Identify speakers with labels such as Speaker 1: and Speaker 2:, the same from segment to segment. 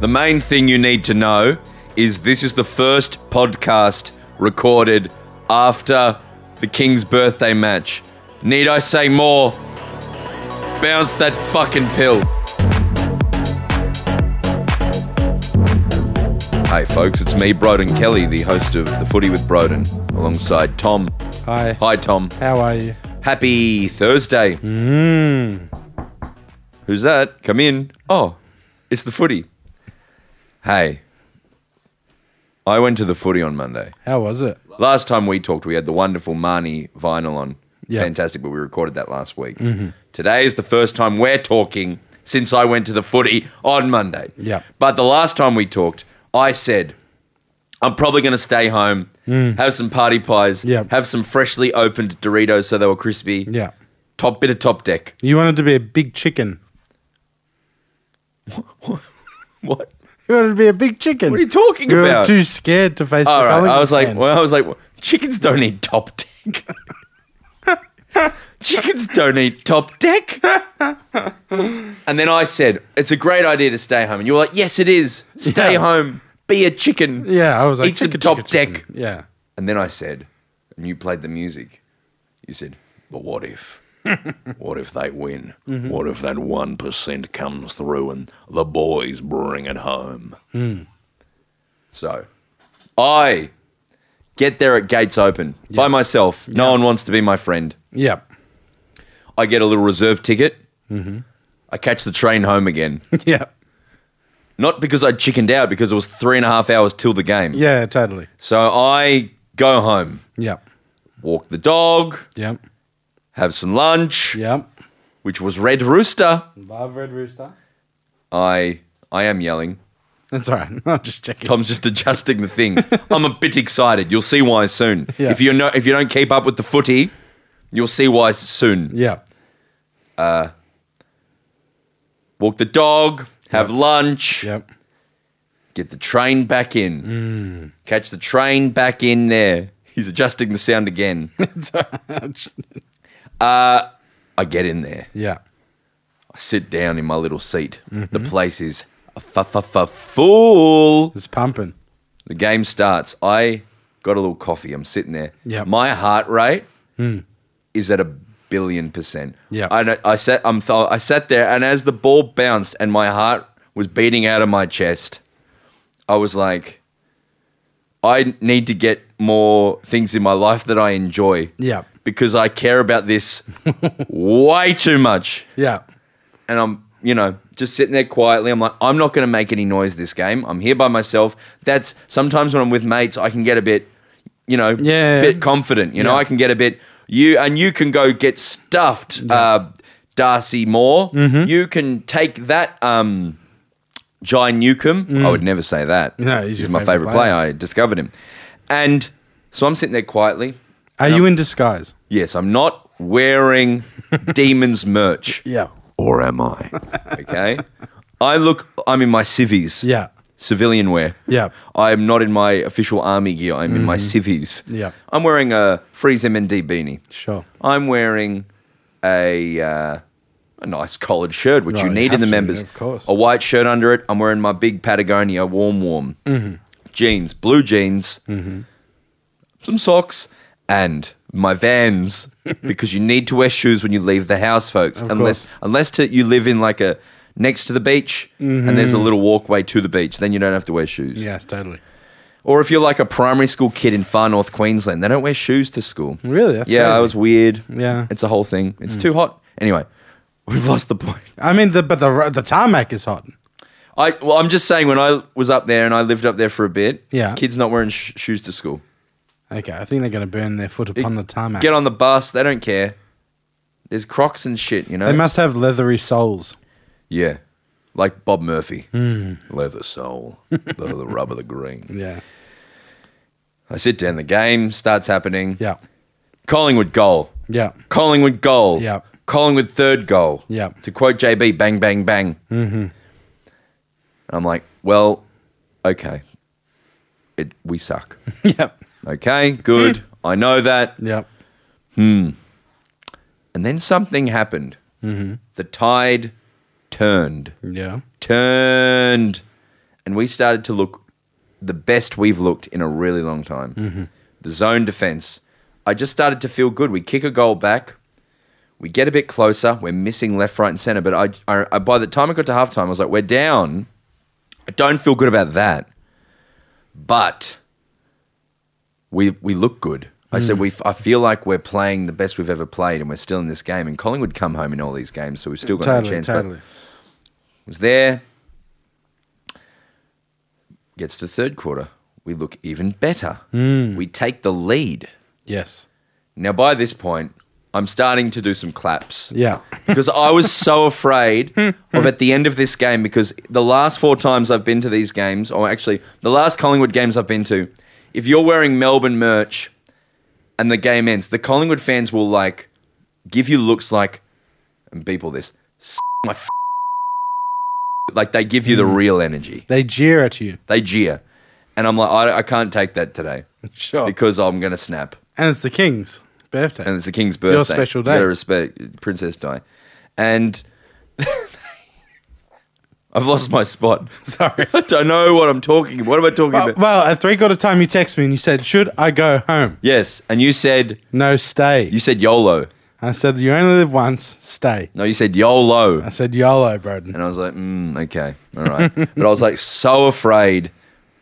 Speaker 1: The main thing you need to know is this is the first podcast recorded after the King's birthday match. Need I say more? Bounce that fucking pill. Hey, folks, it's me, Broden Kelly, the host of The Footy with Broden, alongside Tom.
Speaker 2: Hi.
Speaker 1: Hi, Tom.
Speaker 2: How are you?
Speaker 1: Happy Thursday.
Speaker 2: Hmm.
Speaker 1: Who's that? Come in. Oh, it's the footy. Hey, I went to the footy on Monday.
Speaker 2: How was it?
Speaker 1: Last time we talked, we had the wonderful Marnie vinyl on.
Speaker 2: Yeah. Mm-hmm.
Speaker 1: Fantastic, but we recorded that last week. Today is the first time we're talking since I went to the footy on Monday.
Speaker 2: Yeah.
Speaker 1: But the last time we talked, I said, I'm probably going to stay home, have some party pies,
Speaker 2: Mm. Yeah.
Speaker 1: have some freshly opened Doritos so they were crispy.
Speaker 2: Yeah.
Speaker 1: Top bit of top deck.
Speaker 2: You wanted to be a big chicken.
Speaker 1: What?
Speaker 2: You wanted to be a big chicken.
Speaker 1: What are you talking
Speaker 2: you
Speaker 1: about?
Speaker 2: were too scared to face
Speaker 1: All
Speaker 2: the
Speaker 1: right.
Speaker 2: Collingwood
Speaker 1: I was like,
Speaker 2: fans.
Speaker 1: well, I was like, chickens don't eat top deck. chickens don't eat top deck. and then I said, it's a great idea to stay home. And you were like, yes, it is. Stay
Speaker 2: Yeah.
Speaker 1: home. Be a chicken.
Speaker 2: Yeah, I was like,
Speaker 1: eat some
Speaker 2: chicken,
Speaker 1: top
Speaker 2: chicken, chicken.
Speaker 1: deck.
Speaker 2: Yeah.
Speaker 1: And then I said, and you played the music. You said, but what if? what if they win? What if that 1% comes through and the boys bring it home? So I get there at gates open by myself. No one wants to be my friend.
Speaker 2: Yeah.
Speaker 1: I get a little reserve ticket. I catch the train home again.
Speaker 2: Yeah.
Speaker 1: Not because I chickened out, because it was three and a half hours till the game.
Speaker 2: Yeah, totally.
Speaker 1: So I go home,
Speaker 2: Yep.
Speaker 1: walk the dog,
Speaker 2: Yep.
Speaker 1: have some lunch,
Speaker 2: Yep.
Speaker 1: which was Red Rooster.
Speaker 2: Love Red Rooster.
Speaker 1: I I am yelling.
Speaker 2: That's all right. I'm just checking.
Speaker 1: Tom's just adjusting the things. I'm a bit excited. You'll see why soon.
Speaker 2: Yeah.
Speaker 1: If you no, if you don't keep up with the footy, you'll see why soon.
Speaker 2: Yeah.
Speaker 1: Walk the dog, have lunch,
Speaker 2: Yep.
Speaker 1: get the train back in,
Speaker 2: Mm.
Speaker 1: catch the train back in there. He's adjusting the sound again. Uh,
Speaker 2: It's all right.
Speaker 1: I get in there.
Speaker 2: yeah.
Speaker 1: I sit down in my little seat. The place is full.
Speaker 2: Mm-hmm. It's pumping.
Speaker 1: The game starts. I got a little coffee. I'm sitting there.
Speaker 2: Yep. Hmm.
Speaker 1: My heart rate is at a billion percent.
Speaker 2: Yep.
Speaker 1: I, know- I sat. I'm. Th- I sat there, and as the ball bounced, and my heart was beating out of my chest, I was like, I need to get more things in my life that I enjoy.
Speaker 2: Yep.
Speaker 1: Because I care about this way too much
Speaker 2: Yeah.
Speaker 1: and I'm, you know, just sitting there quietly. I'm like, I'm not going to make any noise this game. I'm here by myself. That's sometimes when I'm with mates, I can get a bit, you know,
Speaker 2: Yeah.
Speaker 1: bit confident. You know,
Speaker 2: Yeah.
Speaker 1: I can get a bit you and you can go get stuffed, uh, Darcy Moore.
Speaker 2: Mm-hmm.
Speaker 1: You can take that. Um, Jai Newcomb. I would never say that.
Speaker 2: Mm. No, he's
Speaker 1: he's,
Speaker 2: your
Speaker 1: my
Speaker 2: favourite
Speaker 1: favorite player. I discovered him, and so I'm sitting there quietly.
Speaker 2: Are you in disguise?
Speaker 1: Yes, I'm not wearing demons merch
Speaker 2: Yeah.
Speaker 1: or am I? Okay. I look, I'm in my civvies.
Speaker 2: Yeah.
Speaker 1: Civilian wear.
Speaker 2: Yeah.
Speaker 1: I'm not in my official army gear. I'm in my civvies.
Speaker 2: Yeah.
Speaker 1: I'm wearing a Freeze MND beanie.
Speaker 2: Sure.
Speaker 1: I'm wearing a uh, a nice collared shirt, which
Speaker 2: Right,
Speaker 1: you
Speaker 2: you
Speaker 1: need in
Speaker 2: have
Speaker 1: the
Speaker 2: to,
Speaker 1: members.
Speaker 2: of course.
Speaker 1: A white shirt under it. I'm wearing my big Patagonia warm warm
Speaker 2: Mm-hmm.
Speaker 1: jeans, blue jeans, some socks, and my Vans because you need to wear shoes when you leave the house, folks. unless
Speaker 2: course.
Speaker 1: unless to, you live in like a next to the beach and
Speaker 2: Mm-hmm.
Speaker 1: there's a little walkway to the beach, then you don't have to wear shoes.
Speaker 2: Yes, totally.
Speaker 1: Or if you're like a primary school kid in far north Queensland, they don't wear shoes to school.
Speaker 2: Really? That's
Speaker 1: yeah, I
Speaker 2: crazy.
Speaker 1: was weird.
Speaker 2: Yeah. Mm.
Speaker 1: it's a whole thing. It's too hot. Anyway, we've lost the point.
Speaker 2: I mean, the, but the the tarmac is hot.
Speaker 1: I well, I'm just saying when I was up there and I lived up there for a bit.
Speaker 2: Yeah.
Speaker 1: kids not wearing sh- shoes to school.
Speaker 2: Okay, I think they're going to burn their foot upon the tarmac.
Speaker 1: Get on the bus. They don't care. There's Crocs and shit. You know.
Speaker 2: They must have leathery soles.
Speaker 1: yeah, like Bob Murphy,
Speaker 2: Hmm.
Speaker 1: leather sole, the, the rubber, the green.
Speaker 2: Yeah.
Speaker 1: I sit down. The game starts happening.
Speaker 2: Yeah.
Speaker 1: Collingwood goal.
Speaker 2: Yeah.
Speaker 1: Collingwood goal.
Speaker 2: Yep.
Speaker 1: Collingwood third goal.
Speaker 2: Yep.
Speaker 1: To quote JB, bang, bang, bang. Mm-hmm. I'm like, well, okay. It, we suck.
Speaker 2: Yep.
Speaker 1: Okay, good. I know that.
Speaker 2: Yep.
Speaker 1: And then something happened. Mm-hmm. The tide turned.
Speaker 2: Yeah.
Speaker 1: Turned. and we started to look the best we've looked in a really long time.
Speaker 2: Mm-hmm.
Speaker 1: The zone defense. I just started to feel good. We kick a goal back. We get a bit closer. We're missing left, right, and center. But I, I, I by the time it got to halftime, I was like, we're down. I don't feel good about that. But we we look good. I
Speaker 2: Mm.
Speaker 1: said we. f- I feel like we're playing the best we've ever played, and we're still in this game. And Collingwood come home in all these games, so we've still got no
Speaker 2: Totally,
Speaker 1: chance. but-
Speaker 2: totally.
Speaker 1: was there. Gets to third quarter. We look even better. We take the lead.
Speaker 2: Yes.
Speaker 1: Now, by this point, I'm starting to do some claps.
Speaker 2: Yeah.
Speaker 1: Because I was so afraid of at the end of this game, because the last four times I've been to these games, or actually the last Collingwood games I've been to, if you're wearing Melbourne merch and the game ends, the Collingwood fans will like give you looks like, and beep all this, "S- my f-. like they give you the real energy.
Speaker 2: They jeer at you.
Speaker 1: They jeer. And I'm like, I, I can't take that today
Speaker 2: Sure.
Speaker 1: because I'm going to snap
Speaker 2: and it's the king's birthday.
Speaker 1: and it's the king's birthday.
Speaker 2: special
Speaker 1: You gotta
Speaker 2: day.
Speaker 1: respect Princess Di. And I've lost my spot.
Speaker 2: Sorry.
Speaker 1: I don't know what I'm talking What am I talking
Speaker 2: well,
Speaker 1: about?
Speaker 2: well, at three quarter time, you text me and you said, "Should I go home?
Speaker 1: Yes. And you said
Speaker 2: No, stay."
Speaker 1: you said YOLO.
Speaker 2: I said, "You only live once. Stay."
Speaker 1: No, you said YOLO.
Speaker 2: I said, "YOLO, Broden."
Speaker 1: And I was like, mm, okay, all right. but I was like so afraid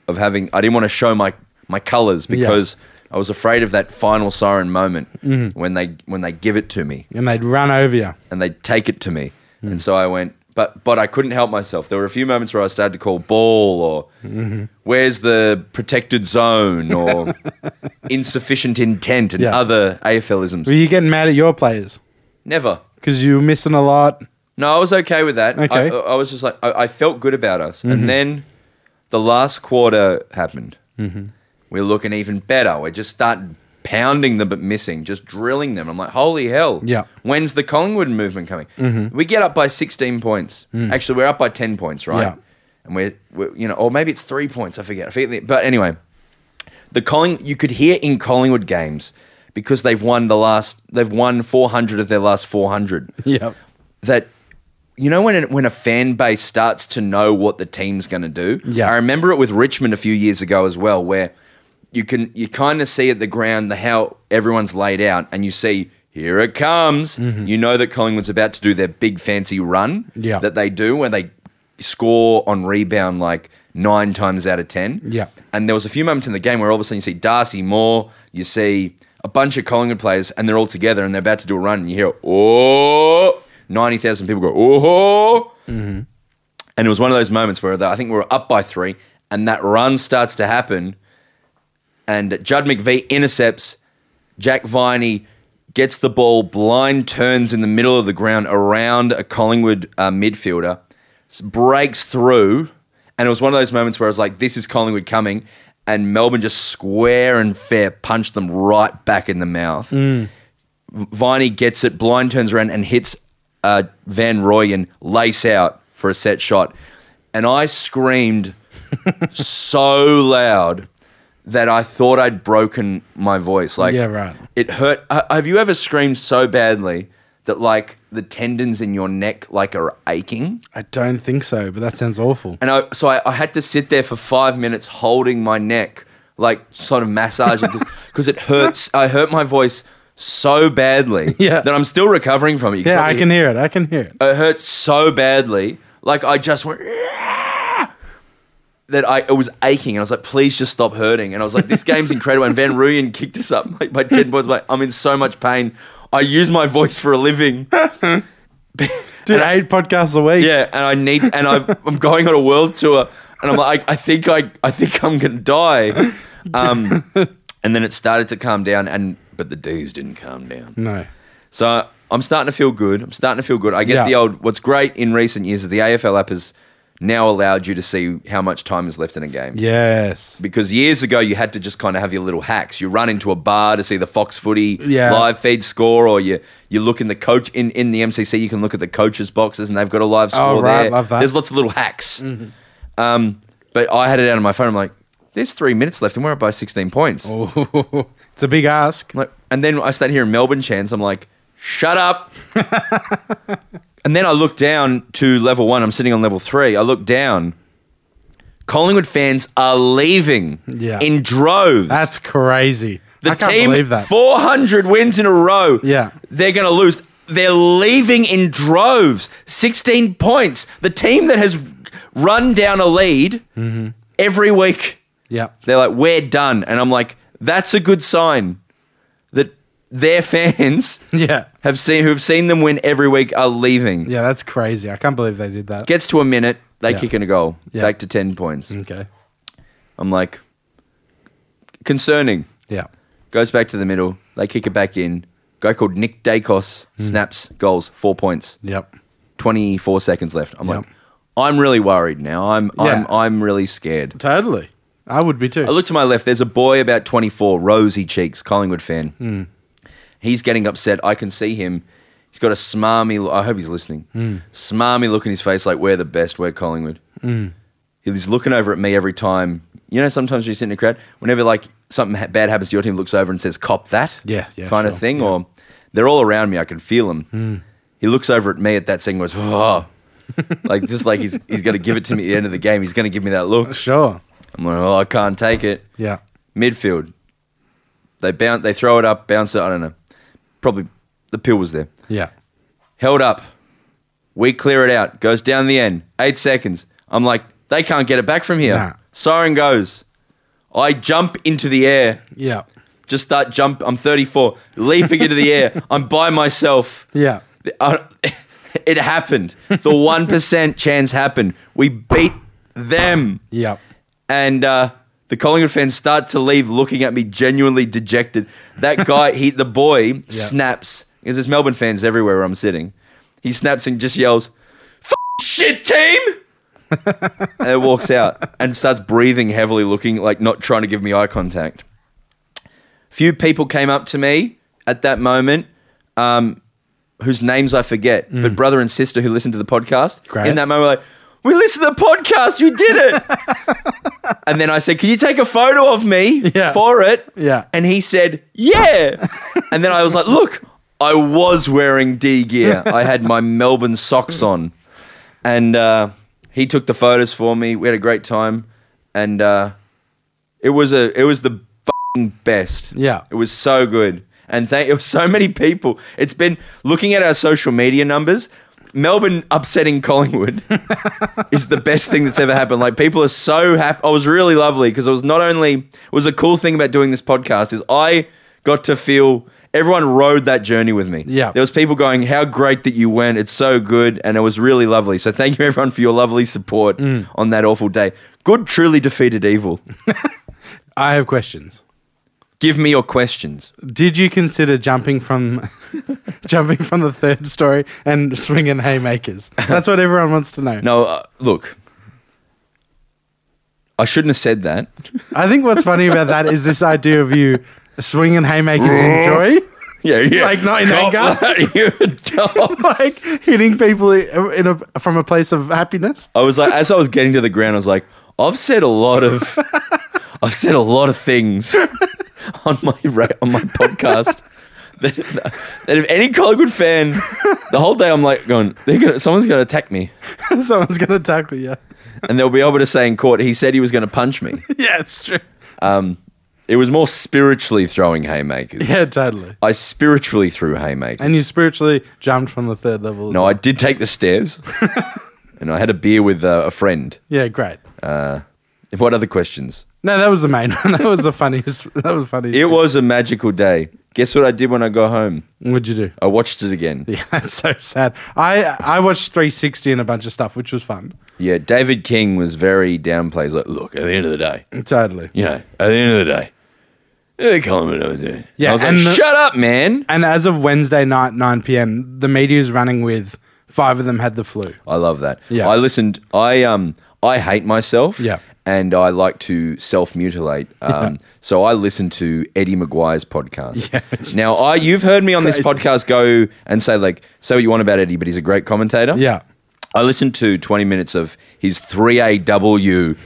Speaker 1: of having. I didn't want to show my my colours because I was afraid of that final siren moment
Speaker 2: Mm-hmm.
Speaker 1: when they when they give it to me.
Speaker 2: And they'd run over you.
Speaker 1: and they'd take it to me.
Speaker 2: Hmm.
Speaker 1: And so I went, but but I couldn't help myself. There were a few moments where I started to call ball or
Speaker 2: Mm-hmm.
Speaker 1: where's the protected zone or insufficient intent and
Speaker 2: Yeah.
Speaker 1: other AFLisms.
Speaker 2: Were you getting mad at your players
Speaker 1: Never.
Speaker 2: because you were missing a lot?
Speaker 1: No, I was okay with that.
Speaker 2: Okay. Mm-hmm.
Speaker 1: I, I was just like, I, I felt good about us. And then the last quarter happened.
Speaker 2: Mm-hmm.
Speaker 1: We're looking even better. We just start pounding them but missing, just drilling them. I'm like, holy hell.
Speaker 2: Yeah. Mm-hmm.
Speaker 1: When's the Collingwood movement coming? We get up by 16 points. Actually, we're up by 10 points, right?
Speaker 2: Mm. Yeah.
Speaker 1: And we're, we're, you know, or maybe it's three points. I forget. I forget. the- But anyway, the Colling you could hear in Collingwood games because they've won the last, they've won 400 of their last 400
Speaker 2: Yeah.
Speaker 1: that you know when a, when a fan base starts to know what the team's going to do.
Speaker 2: Yeah.
Speaker 1: I remember it with Richmond a few years ago as well, where you can you kind of see at the ground the how everyone's laid out, and you see here it comes. You know that Collingwood's about to do their big fancy run
Speaker 2: Mm-hmm. Yeah.
Speaker 1: that they do where they score on rebound like nine times out of ten.
Speaker 2: Yeah.
Speaker 1: And there was a few moments in the game where all of a sudden you see Darcy Moore, you see a bunch of Collingwood players, and they're all together and they're about to do a run, and you hear oh, ninety thousand people go oh, and it was one of those moments where the, I think we were up by three, and that run starts to happen, and Judd McVee intercepts. Jack Viney gets the ball, blind turns in the middle of the ground around a Collingwood uh, midfielder, s- breaks through, and it was one of those moments where I was like, "This is Collingwood coming," and Melbourne just square and fair punched them right back in the mouth. Viney gets it, blind turns around and hits uh, Van Royen lace out for a set shot. And I screamed so loud that I thought I'd broken my voice. Like,
Speaker 2: Yeah, right.
Speaker 1: It hurt. Uh, have you ever screamed so badly that like the tendons in your neck like are aching?
Speaker 2: I don't think so, but that sounds awful.
Speaker 1: And I, so I, I had to sit there for five minutes holding my neck, like sort of massaging, because it hurts. I hurt my voice so badly
Speaker 2: Yeah.
Speaker 1: that I'm still recovering from it. You
Speaker 2: Yeah, I
Speaker 1: probably-
Speaker 2: can hear it. I can hear it.
Speaker 1: It hurts so badly. Like I just went "Ah!" that I it was aching, and I was like, "Please just stop hurting." And I was like, "This game's incredible." And Van Ruyen kicked us up like, by ten points. Like I'm in so much pain. I use my voice for a living.
Speaker 2: Dude, eight podcasts a week.
Speaker 1: Yeah, and I need, and I've, I'm going on a world tour, and I'm like, I, I think I, I think I'm gonna die. Um, and then it started to calm down, and but the D's didn't calm down.
Speaker 2: No.
Speaker 1: So I'm starting to feel good. I'm starting to feel good. I get
Speaker 2: Yeah.
Speaker 1: the old. What's great in recent years is the AFL app has now allowed you to see how much time is left in a game.
Speaker 2: Yes.
Speaker 1: Because years ago you had to just kind of have your little hacks. You run into a bar to see the Fox Footy
Speaker 2: Yeah.
Speaker 1: live feed score, or you you look in the coach in, in the MCC. You can look at the coaches' boxes, and they've got a live score
Speaker 2: Oh, right,
Speaker 1: there.
Speaker 2: love that. Mm-hmm.
Speaker 1: There's lots of little hacks. Um, but I had it out on my phone. I'm like, there's three minutes left, and we're up by 16 points.
Speaker 2: it's a big ask.
Speaker 1: Like, and then I start hearing Melbourne chants. I'm like, shut up. and then I look down to level one. I'm sitting on level three. I look down. Collingwood fans are leaving
Speaker 2: Yeah.
Speaker 1: in droves.
Speaker 2: That's crazy.
Speaker 1: the
Speaker 2: I can't
Speaker 1: team,
Speaker 2: believe that.
Speaker 1: 400 wins in a row.
Speaker 2: Yeah.
Speaker 1: They're going to lose. They're leaving in droves. 16 points. The team that has run down a lead
Speaker 2: Mm-hmm.
Speaker 1: every week.
Speaker 2: yeah.
Speaker 1: They're like, we're done. And I'm like, that's a good sign that their fans
Speaker 2: Yeah.
Speaker 1: have seen who've seen them win every week are leaving.
Speaker 2: Yeah, that's crazy. I can't believe they did that.
Speaker 1: Gets to a minute, they
Speaker 2: Yeah.
Speaker 1: kick in a goal.
Speaker 2: Yeah. Mm.
Speaker 1: Back to ten points.
Speaker 2: okay.
Speaker 1: I'm like concerning.
Speaker 2: Yeah.
Speaker 1: Goes back to the middle, they kick it back in. Guy called Nick Dacos
Speaker 2: Mm.
Speaker 1: snaps goals, four points,
Speaker 2: Yep.
Speaker 1: twenty four seconds left. I'm like,
Speaker 2: Yeah.
Speaker 1: I'm really worried now. I'm I'm
Speaker 2: Yeah.
Speaker 1: I'm really scared.
Speaker 2: Totally. I would be too.
Speaker 1: I look to my left. There's a boy about 24, rosy cheeks, Collingwood fan.
Speaker 2: Hmm.
Speaker 1: He's getting upset. I can see him. He's got a smarmy. lo- I hope he's listening.
Speaker 2: Hmm.
Speaker 1: Smarmy look in his face, like we're the best. We're Collingwood.
Speaker 2: Hmm.
Speaker 1: He's looking over at me every time. You know, sometimes when you sit in a crowd, whenever like something ha- bad happens to your team, looks over and says, "Cop that."
Speaker 2: Yeah, yeah, Hmm.
Speaker 1: kind of
Speaker 2: sure.
Speaker 1: thing. Or they're all around me. I can feel them. He looks over at me at that second. Goes, oh. like just like he's he's going to give it to me at the end of the game. He's going to give me that look.
Speaker 2: sure.
Speaker 1: I'm like, oh, I can't take it.
Speaker 2: Yeah.
Speaker 1: Midfield. They bounce. They throw it up. Bounce it. I don't know. Probably the pill was there.
Speaker 2: Yeah.
Speaker 1: Held up. We clear it out. Goes down the end. Eight seconds. I'm like, they can't get it back from here.
Speaker 2: Nah.
Speaker 1: Siren goes. I jump into the air.
Speaker 2: Yeah.
Speaker 1: Just start jump. I'm 34. Leaping into the air. I'm by myself.
Speaker 2: Yeah.
Speaker 1: Uh, It happened. The one percent chance happened. We beat them
Speaker 2: Yeah.
Speaker 1: and uh, the Collingwood fans start to leave, looking at me genuinely dejected. That guy, he, the boy, snaps because there's Melbourne fans everywhere where I'm sitting. He snaps and just yells, "F- "Shit team!" and then walks out and starts breathing heavily, looking like not trying to give me eye contact. Few people came up to me at that moment. Um, whose names I forget, but brother and sister who listened to the podcast
Speaker 2: Great.
Speaker 1: in that moment, were like, we listened to the podcast, you did it. And then I said, Can you take a photo of me
Speaker 2: Yeah.
Speaker 1: for it?
Speaker 2: Yeah.
Speaker 1: And he said, Yeah. and then I was like, Look, I was wearing D gear. I had my Melbourne socks on. And uh, he took the photos for me. We had a great time. And uh, it was a it was the fing best.
Speaker 2: Yeah.
Speaker 1: It was so good. And thank it was so many people. It's been looking at our social media numbers. Melbourne upsetting Collingwood is the best thing that's ever happened. Like people are so happy. I was really lovely because it was not only it was a cool thing about doing this podcast is I got to feel everyone rode that journey with me.
Speaker 2: Yeah.
Speaker 1: there was people going, "How great that you went! It's so good," and it was really lovely. So thank you everyone for your lovely support
Speaker 2: Mm.
Speaker 1: on that awful day. Good truly defeated evil.
Speaker 2: I have questions.
Speaker 1: Give me your questions.
Speaker 2: Did you consider jumping from jumping from the third story and swinging haymakers? That's what everyone wants to know.
Speaker 1: No, uh, look. I shouldn't have said that.
Speaker 2: I think what's funny about that is this idea of you swinging haymakers in joy,
Speaker 1: Yeah, yeah.
Speaker 2: Like, not in
Speaker 1: Cop
Speaker 2: anger?
Speaker 1: that, you dogs.
Speaker 2: like hitting people in a, from a place of happiness.
Speaker 1: I was like, as I was getting to the ground, I was like, I've said a lot of, I've said a lot of things on my ra- on my podcast. That, that if any Collingwood fan, the whole day I'm like going, they're gonna, someone's gonna attack me,
Speaker 2: Someone's gonna tackle you.
Speaker 1: and they'll be able to say in court, he said he was gonna punch me. Um,
Speaker 2: Yeah, it's true.
Speaker 1: It was more spiritually throwing haymakers.
Speaker 2: Yeah, totally.
Speaker 1: I spiritually threw haymakers.
Speaker 2: And you spiritually jumped from the third level.
Speaker 1: No, I did take the stairs, and I had a beer with uh, a friend. Uh,
Speaker 2: Yeah, great.
Speaker 1: What other questions?
Speaker 2: No, that was the main one. That was the funniest. That was funny.
Speaker 1: It was a magical day. Guess what I did when I got home?
Speaker 2: What'd you do?
Speaker 1: I watched it again.
Speaker 2: Yeah, that's so sad. I I watched 360 and a bunch of stuff, which was fun.
Speaker 1: Yeah, David King was very downplayed. He's like, look, at the end of the day,
Speaker 2: Totally.
Speaker 1: you know, at the end of the day, they calling me what I was doing.
Speaker 2: Yeah,
Speaker 1: I was like,
Speaker 2: and the-
Speaker 1: shut up, man.
Speaker 2: And as of Wednesday night, 9 p.m., the media is running with five of them had the flu.
Speaker 1: I love that.
Speaker 2: Yeah.
Speaker 1: I listened. I um, I hate myself.
Speaker 2: Yeah.
Speaker 1: And I like to self mutilate. Um, So I listen to Eddie McGuire's podcast.
Speaker 2: Yeah.
Speaker 1: Now, I you've heard me on this
Speaker 2: Crazy.
Speaker 1: podcast go and say like, say what you want about Eddie, but he's a great commentator.
Speaker 2: Yeah.
Speaker 1: I listened to 20 minutes of his 3AW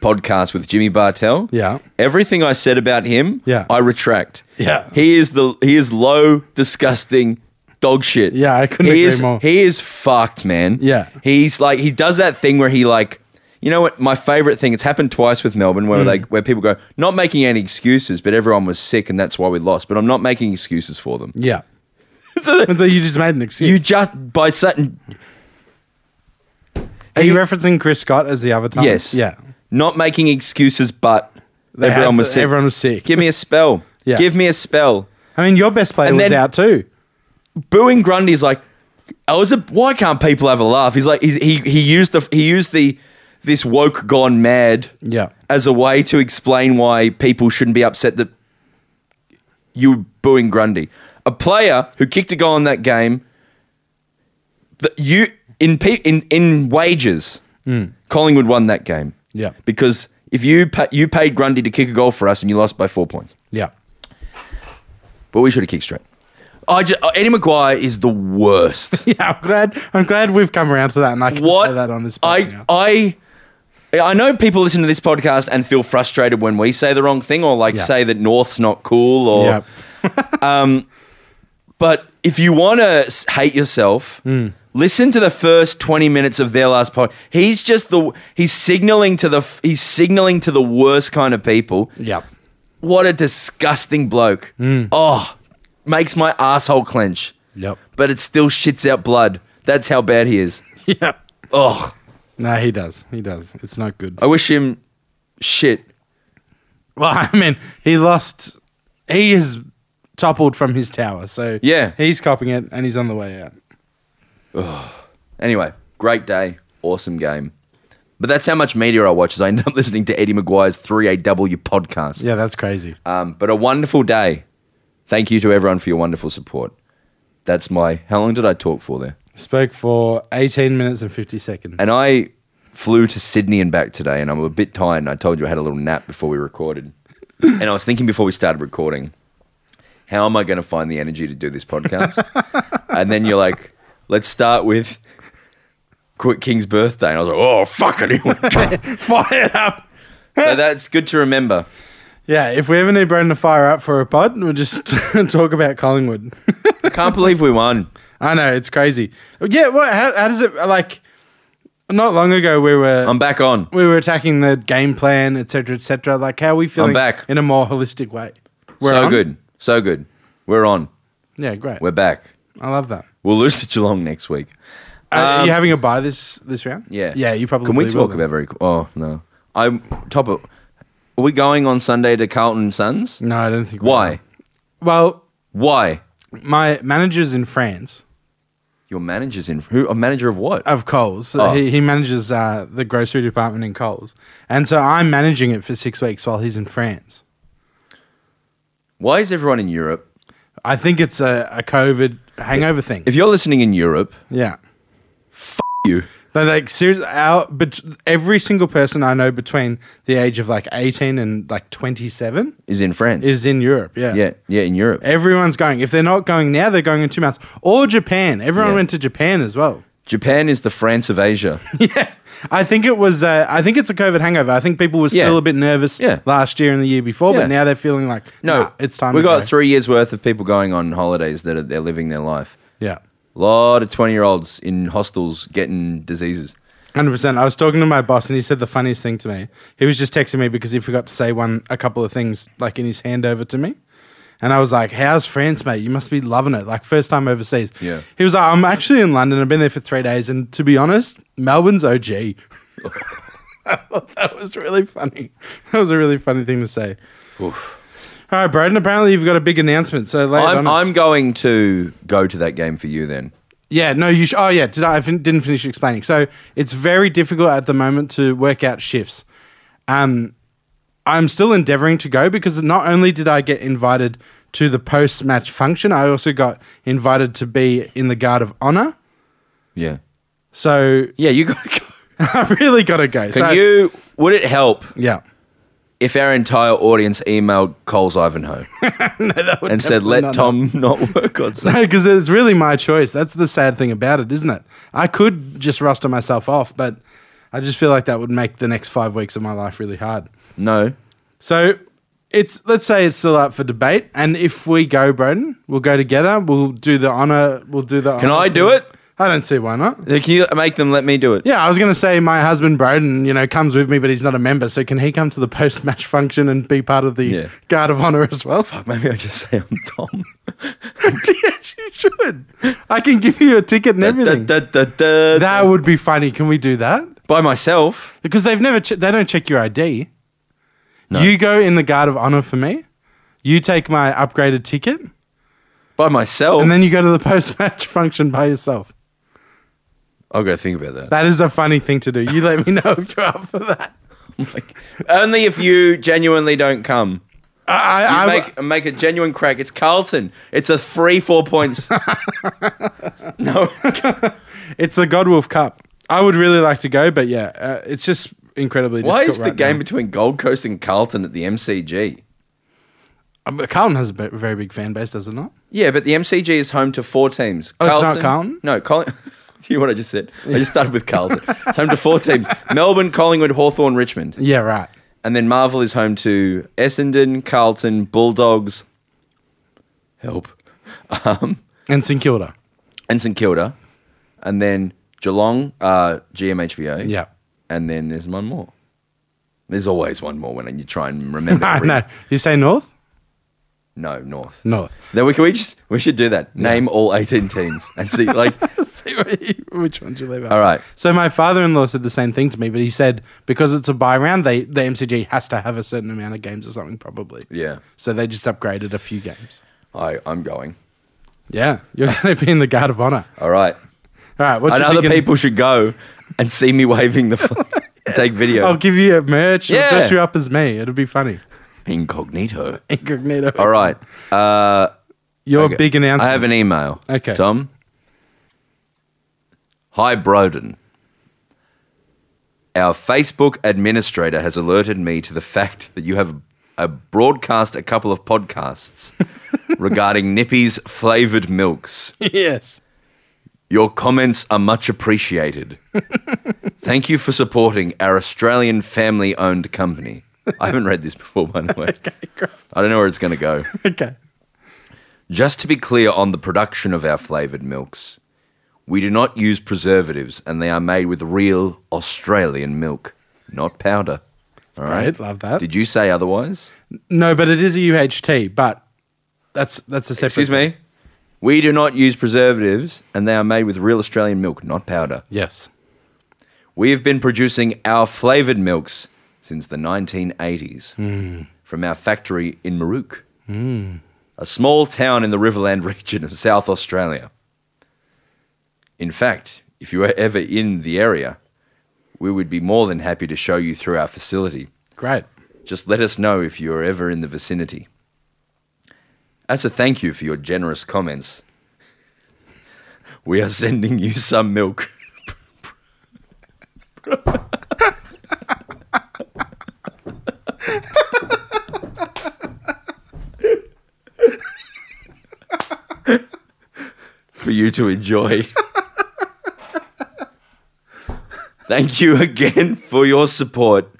Speaker 1: podcast with Jimmy Bartell.
Speaker 2: Yeah.
Speaker 1: Everything I said about him,
Speaker 2: Yeah.
Speaker 1: I retract.
Speaker 2: Yeah.
Speaker 1: He is the he is low, disgusting dog shit.
Speaker 2: Yeah, I couldn't
Speaker 1: he
Speaker 2: agree
Speaker 1: is,
Speaker 2: more.
Speaker 1: He is fucked, man.
Speaker 2: Yeah.
Speaker 1: He's like he does that thing where he like You know what? My favourite thing. It's happened twice with Melbourne,
Speaker 2: Mm.
Speaker 1: where they where people go, not making any excuses, but everyone was sick and that's why we lost. But I'm not making excuses for them.
Speaker 2: Yeah.
Speaker 1: So
Speaker 2: And so you just made an excuse.
Speaker 1: you just by certain
Speaker 2: Are you referencing Chris Scott as the avatar?
Speaker 1: yes,
Speaker 2: Um, Yeah.
Speaker 1: not making excuses, but
Speaker 2: They
Speaker 1: everyone
Speaker 2: had-
Speaker 1: was sick.
Speaker 2: Everyone was sick.
Speaker 1: Give me a spell.
Speaker 2: Yeah.
Speaker 1: Give me a spell.
Speaker 2: I mean, your best player
Speaker 1: And
Speaker 2: was
Speaker 1: then-
Speaker 2: out too.
Speaker 1: booing Grundy's like, I was a, why can't people have a laugh? He's like, he's, he he used the he used the this woke gone mad
Speaker 2: Yeah.
Speaker 1: as a way to explain why people shouldn't be upset that you were booing Grundy, a player who kicked a goal in that game. That you in pe- in in wages, Collingwood won that game.
Speaker 2: Hmm. Yeah.
Speaker 1: because if you pa- you paid Grundy to kick a goal for us and you lost by four points.
Speaker 2: Yeah.
Speaker 1: But we should have kicked straight. I just, Eddie Maguire is the worst.
Speaker 2: Yeah, I'm glad. I'm glad we've come around to that, and I can
Speaker 1: what
Speaker 2: say that on this. podcast
Speaker 1: I
Speaker 2: now.
Speaker 1: I I know people listen to this podcast and feel frustrated when we say the wrong thing or like
Speaker 2: Yeah.
Speaker 1: say that North's not cool or
Speaker 2: yeah.
Speaker 1: but if you want to hate yourself,
Speaker 2: Hmm.
Speaker 1: listen to the first 20 minutes of their last pod. He's just the he's signaling to the he's signaling to the worst kind of people.
Speaker 2: Yeah. Hmm.
Speaker 1: What a disgusting bloke. Oh, makes my asshole clench.
Speaker 2: Yep.
Speaker 1: But it still shits out blood. That's how bad he is.
Speaker 2: Yeah.
Speaker 1: Oh,
Speaker 2: No, he does. He does. It's not good.
Speaker 1: I wish him shit.
Speaker 2: Well, I mean, he lost. He is toppled from his tower, so
Speaker 1: Yeah.
Speaker 2: he's copying it, and he's on the way out.
Speaker 1: Anyway, great day, awesome game. But that's how much media I watch. Is I end up listening to Eddie McGuire's 3AW podcast.
Speaker 2: Yeah, that's crazy.
Speaker 1: Um, but a wonderful day. Thank you to everyone for your wonderful support. That's my. How long did I talk for there?
Speaker 2: Spoke for 18 minutes and 50 seconds.
Speaker 1: And I flew to Sydney and back today, and I'm a bit tired. And I told you I had a little nap before we recorded. and I was thinking before we started recording, how am I going to find the energy to do this podcast? and then you're like, let's start with Quick King's birthday. And I was like, oh, fuck it. he went drunk."
Speaker 2: Fire up.
Speaker 1: so that's good to remember.
Speaker 2: Yeah, if we ever need Brendan to fire up for a pod, we'll just talk about Collingwood.
Speaker 1: I can't believe we won.
Speaker 2: I know it's crazy. Yeah, what? How, how does it like? Not long ago, we were
Speaker 1: I'm back on.
Speaker 2: we were attacking the game plan, etc., etc. Like, how are we feeling?
Speaker 1: back.
Speaker 2: in a more holistic way. We're
Speaker 1: so
Speaker 2: on?
Speaker 1: good. So good. We're on.
Speaker 2: Yeah, great.
Speaker 1: We're back.
Speaker 2: I love that.
Speaker 1: We'll lose to Geelong next week.
Speaker 2: Uh, are you having a buy this this round?
Speaker 1: Um, Yeah.
Speaker 2: yeah. You probably
Speaker 1: Can we
Speaker 2: will
Speaker 1: talk
Speaker 2: then.
Speaker 1: about very? Oh no, I'm top of. Are we going on Sunday to Carlton Suns?
Speaker 2: No, I don't think. we
Speaker 1: Why?
Speaker 2: will. Well,
Speaker 1: Why?
Speaker 2: my manager's in France
Speaker 1: Your manager's in. Who? A manager of what?
Speaker 2: of Coles.
Speaker 1: Oh.
Speaker 2: He, he manages uh, the grocery department in Coles, and so I'm managing it for six weeks while he's in France.
Speaker 1: Why is everyone in Europe?
Speaker 2: I think it's a, a COVID hangover thing.
Speaker 1: If you're listening in Europe,
Speaker 2: yeah.
Speaker 1: you.
Speaker 2: No, like seriously, our but every single person I know between the age of like eighteen and like twenty seven
Speaker 1: Is in France.
Speaker 2: is Eh. in Europe. Yeah,
Speaker 1: yeah, yeah, in Europe.
Speaker 2: Everyone's going. If they're not going now, they're going in two months. Or Japan. Everyone
Speaker 1: Yeah.
Speaker 2: went to Japan as well.
Speaker 1: Japan is the France of Asia.
Speaker 2: yeah, I think it was. Uh, I think it's a COVID hangover. I think people were still
Speaker 1: Yeah.
Speaker 2: a bit nervous
Speaker 1: Yeah.
Speaker 2: last year and the year before,
Speaker 1: Yeah.
Speaker 2: but now they're feeling like
Speaker 1: No,
Speaker 2: no, it's time.
Speaker 1: We
Speaker 2: to
Speaker 1: got
Speaker 2: go.
Speaker 1: three years worth of people going on holidays that are they're living their life.
Speaker 2: Yeah.
Speaker 1: A lot of twenty-year-olds in hostels getting diseases.
Speaker 2: Hundred percent. I was talking to my boss, and he said the funniest thing to me. He was just texting me because he forgot to say one, a couple of things like in his handover to me, and I was like, "How's France, mate? You must be loving it. Like first time overseas."
Speaker 1: Yeah.
Speaker 2: He was like, "I'm actually in London. I've been there for three days, and to be honest, Melbourne's OG." I thought that was really funny. That was a really funny thing to say. All right, Braden. Apparently, you've got a big announcement. So lay it
Speaker 1: I'm,
Speaker 2: on us.
Speaker 1: I'm going to go to that game for you then.
Speaker 2: Yeah, no, you. Sh- oh, yeah. Did I, I fin- didn't finish explaining? So it's very difficult at the moment to work out shifts. Um, I'm still endeavoring to go because not only did I get invited to the post match function, I also got invited to be in the guard of honor.
Speaker 1: Yeah.
Speaker 2: So
Speaker 1: Yeah, you got to go.
Speaker 2: I really gotta
Speaker 1: Can
Speaker 2: go. so,
Speaker 1: you? Would it help
Speaker 2: Yeah,
Speaker 1: if our entire audience emailed Coles Ivanhoe and said,
Speaker 2: definitely
Speaker 1: "Let
Speaker 2: not
Speaker 1: Tom not work on Sunday"?
Speaker 2: because it's really my choice. That's the sad thing about it, isn't it? I could just roster myself off, but I just feel like that would make the next five weeks of my life really hard.
Speaker 1: No.
Speaker 2: So it's let's say it's still up for debate, and if we go, Broden, we'll go together. We'll do the honor. We'll do the.
Speaker 1: Can
Speaker 2: honor
Speaker 1: I do
Speaker 2: thing.
Speaker 1: it?
Speaker 2: I don't see why not.
Speaker 1: Can you make them let me do it?
Speaker 2: Yeah, I was going to say my husband Broden, you know, comes with me, but he's not a member. So can he come to the post match function and be part of the
Speaker 1: Yeah.
Speaker 2: guard of honor as well?
Speaker 1: Maybe I just say I'm Tom.
Speaker 2: yes, you should. I can give you a ticket and everything. That,
Speaker 1: Da, da, da, da, da.
Speaker 2: would be funny. Can we do that?
Speaker 1: By myself.
Speaker 2: Because they've never che- they don't check your ID. You go in the guard of honor for me. You take my upgraded ticket,
Speaker 1: By myself.
Speaker 2: and then you go to the post match function by yourself.
Speaker 1: I'll go think about that.
Speaker 2: That is a funny thing to do. You let me know if you're up for that.
Speaker 1: Like, only if you genuinely don't come.
Speaker 2: I, I,
Speaker 1: You
Speaker 2: I-
Speaker 1: make make a genuine crack. It's Carlton. It's a free four points. no,
Speaker 2: It's the Godwolf Cup. I would really like to go, but yeah, uh, it's just incredibly.
Speaker 1: why
Speaker 2: difficult
Speaker 1: is the
Speaker 2: right
Speaker 1: game between Gold Coast and Carlton at the MCG?
Speaker 2: now. Um, Carlton has a b- very big fan base, does it not?
Speaker 1: Yeah, but the MCG is home to four teams.
Speaker 2: Oh, it's not Carlton?
Speaker 1: No, Colin. you know what I just said? I just started with Carlton. it's home to four teams: Melbourne, Collingwood, Hawthorn, Richmond,
Speaker 2: Yeah, right.
Speaker 1: and then Marvel is home to Essendon, Carlton, Bulldogs. Help. Um,
Speaker 2: And St Kilda.
Speaker 1: and St Kilda, and then Geelong, uh, GMHBA.
Speaker 2: Yeah.
Speaker 1: and then there's one more. There's always one more when you try and remember.
Speaker 2: Ah,
Speaker 1: every-
Speaker 2: no, you say North.
Speaker 1: no, North.
Speaker 2: North.
Speaker 1: Then we can we just we should do that. Name all eighteen teams and see like.
Speaker 2: See what you- which one do you leave out?
Speaker 1: All right.
Speaker 2: So my father-in-law said the same thing to me, but he said because it's a buy round, they the MCG has to have a certain amount of games or something probably.
Speaker 1: Yeah,
Speaker 2: So they just upgraded a few games.
Speaker 1: I I'm going.
Speaker 2: Yeah, you're going to be in the guard of honor.
Speaker 1: All right,
Speaker 2: All right. What
Speaker 1: and
Speaker 2: you
Speaker 1: other
Speaker 2: thinking?
Speaker 1: people should go and see me waving the flag. and Take video
Speaker 2: I'll give you a merch. Yeah.
Speaker 1: Yeah.
Speaker 2: dress you up as me. It'll be funny.
Speaker 3: Incognito.
Speaker 2: Incognito.
Speaker 1: All right, uh,
Speaker 2: Your
Speaker 1: okay.
Speaker 2: big announcement.
Speaker 1: I have an email.
Speaker 2: Okay.
Speaker 1: Tom. Hi, Broden. Our Facebook administrator has alerted me to the fact that you have uh, broadcast a couple of podcasts regarding Nippy's flavored milks.
Speaker 2: yes.
Speaker 1: Your comments are much appreciated. Thank you for supporting our Australian family owned company. I haven't read this before, by the way. I don't know where it's going to go.
Speaker 2: Okay.
Speaker 1: Just to be clear on the production of our flavoured milks, we do not use preservatives and they are made with real Australian milk, not powder. All right.
Speaker 2: Great, love that.
Speaker 1: Did you say otherwise?
Speaker 2: No, but it is a UHT, but that's that's a separate.
Speaker 1: Excuse me. We do not use preservatives and they are made with real Australian milk, not powder.
Speaker 2: Yes.
Speaker 1: We have been producing our flavoured milks since the 1980s from our factory in Marook, a small town in the Riverland region of South Australia. In fact, if you were ever in the area, we would be more than happy to show you through our facility.
Speaker 2: Great.
Speaker 1: Just let us know if you are ever in the vicinity. As a thank you for your generous comments, we are sending you some milk. for you to enjoy. Thank you again for your support.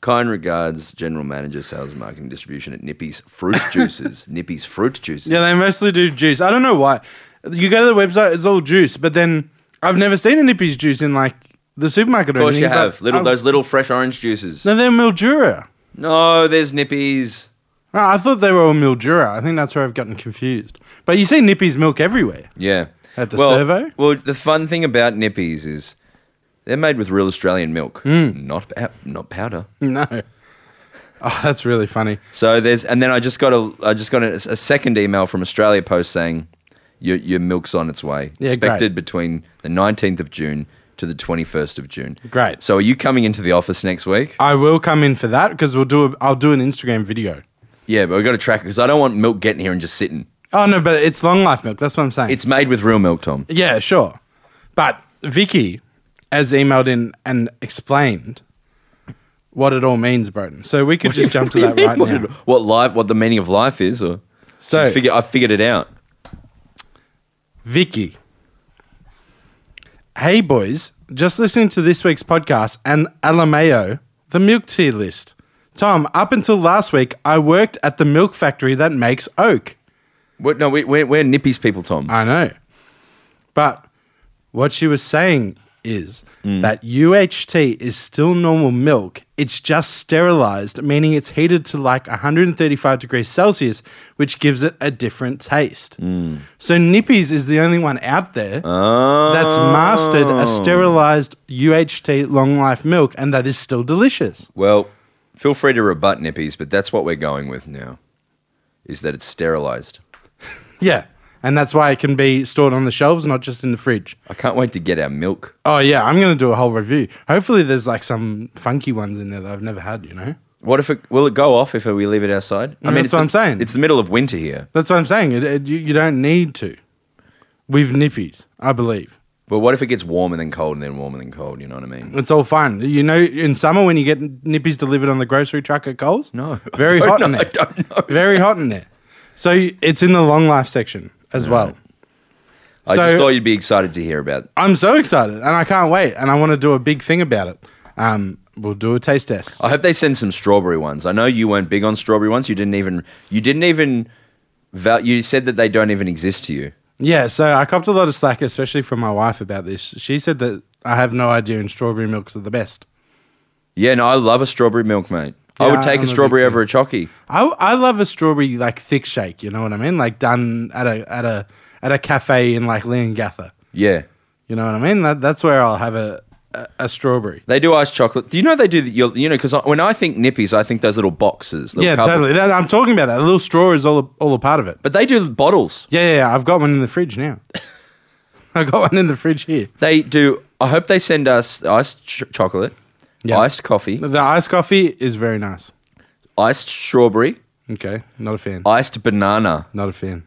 Speaker 1: Kind regards, General Manager, Sales, Marketing, Distribution at Nippy's Fruit Juices. Nippy's Fruit Juices.
Speaker 2: Yeah, they mostly do juice. I don't know why. You go to the website, it's all juice, but then I've never seen a Nippy's juice in like the supermarket.
Speaker 1: of course you
Speaker 2: anything, but
Speaker 1: have little
Speaker 2: I-
Speaker 1: those little fresh orange juices.
Speaker 2: No, they're Mildura.
Speaker 1: No, there's Nippy's.
Speaker 2: Right, I thought they were all Mildura. I think that's where I've gotten confused. But you see Nippy's milk everywhere.
Speaker 1: Yeah.
Speaker 2: At the
Speaker 1: well,
Speaker 2: servo?
Speaker 1: Well, the fun thing about Nippy's is they're made with real Australian milk,
Speaker 2: Hmm.
Speaker 1: not pow- not powder.
Speaker 2: No. Oh, that's really funny.
Speaker 1: So there's, and then I just got a, I just got a, a second email from Australia Post saying your your milk's on its way.
Speaker 2: Yeah,
Speaker 1: Expected between the 19th of June to the 21st of June.
Speaker 2: Great.
Speaker 1: So are you coming into the office next week?
Speaker 2: I will come in for that because we'll do. A, I'll do an Instagram video.
Speaker 1: Yeah, but we got to track it because I don't want milk getting here and just sitting.
Speaker 2: Oh no, but it's long life milk. That's what I'm saying.
Speaker 1: It's made with real milk, Tom.
Speaker 2: Yeah, sure. But Vicky has emailed in and explained what it all means, Broden. So we could just jump to that right
Speaker 1: what,
Speaker 2: now.
Speaker 1: what life? What the meaning of life is, or
Speaker 2: So-
Speaker 1: Just figure, I figured it out.
Speaker 2: Vicky. Hey boys, just listening to this week's podcast and Alameo, the milk tier list. Tom, up until last week, I worked at the milk factory that makes oak. Uh,
Speaker 1: What, no, we, we're, we're Nippy's people, Tom.
Speaker 2: I know. But What she was saying is that UHT is still normal milk. It's just sterilized, meaning it's heated to like 135 degrees Celsius, which gives it a different taste. So Nippies is the only one out there
Speaker 1: Ah.
Speaker 2: that's mastered
Speaker 1: Oh.
Speaker 2: a sterilized UHT long life milk, and that is still delicious.
Speaker 1: Well, feel free to rebut nippies, but that's what we're going with now. Is that it's sterilized.
Speaker 2: Yeah. And that's why it can be stored on the shelves, not just in the fridge.
Speaker 1: I can't wait to get our milk.
Speaker 2: Oh yeah, I'm gonna do a whole review. Hopefully, there's like some funky ones in there that I've never had. You know,
Speaker 1: What if it will it go off if we leave it outside?
Speaker 2: No, that's
Speaker 1: it's
Speaker 2: what
Speaker 1: the-
Speaker 2: I'm saying.
Speaker 1: It's the middle of winter here.
Speaker 2: that's what I'm saying. It, it, you, you don't need to. We've nippies, I believe.
Speaker 1: But what if it gets warm and then cold and then warm and then cold? You know what I mean?
Speaker 2: It's all fun. You know, in summer when you get nippies delivered on the grocery truck at Coles,
Speaker 1: No, I
Speaker 2: very
Speaker 1: don't
Speaker 2: hot in
Speaker 1: know,
Speaker 2: there.
Speaker 1: I don't know.
Speaker 2: Very hot in there. So y- it's in the long life section as well.
Speaker 1: I
Speaker 2: So-
Speaker 1: just thought you'd be excited to hear about.
Speaker 2: I'm so excited, and I can't wait, and I want to do a big thing about it. Um, we'll do a taste test.
Speaker 1: I hope they send some strawberry ones. I know you weren't big on strawberry ones. You didn't even. You didn't even. Val- you said that they don't even exist to you.
Speaker 2: Yeah, so I copped a lot of slack, especially from my wife about this. She said that I have no idea, and strawberry milks are the best.
Speaker 1: Yeah, no, I love a strawberry milk, mate. I
Speaker 2: Yeah,
Speaker 1: would take
Speaker 2: I'm a
Speaker 1: a
Speaker 2: big
Speaker 1: strawberry
Speaker 2: fan.
Speaker 1: over a chockey.
Speaker 2: I, I love a strawberry like thick shake. You know what I mean? Like done at a at a at a cafe in like Leongatha.
Speaker 1: Yeah,
Speaker 2: You know what I mean? That, that's where I'll have a, a a strawberry.
Speaker 1: they do ice chocolate. Do you know they do? The, you'll- you know, because when I think nippies, I think those little boxes. Little
Speaker 2: yeah,
Speaker 1: couple-
Speaker 2: totally. That, I'm talking about that. A little straw is all a, all a part of it.
Speaker 1: But they do bottles.
Speaker 2: Yeah, yeah, yeah. I've got one in the fridge now. I got one in the fridge here.
Speaker 1: They do. I hope they send us iced ch- chocolate,
Speaker 2: Yeah.
Speaker 1: iced coffee,
Speaker 2: The iced coffee is very nice.
Speaker 1: iced strawberry,
Speaker 2: Okay, not a fan.
Speaker 1: iced banana.
Speaker 2: Not a fan.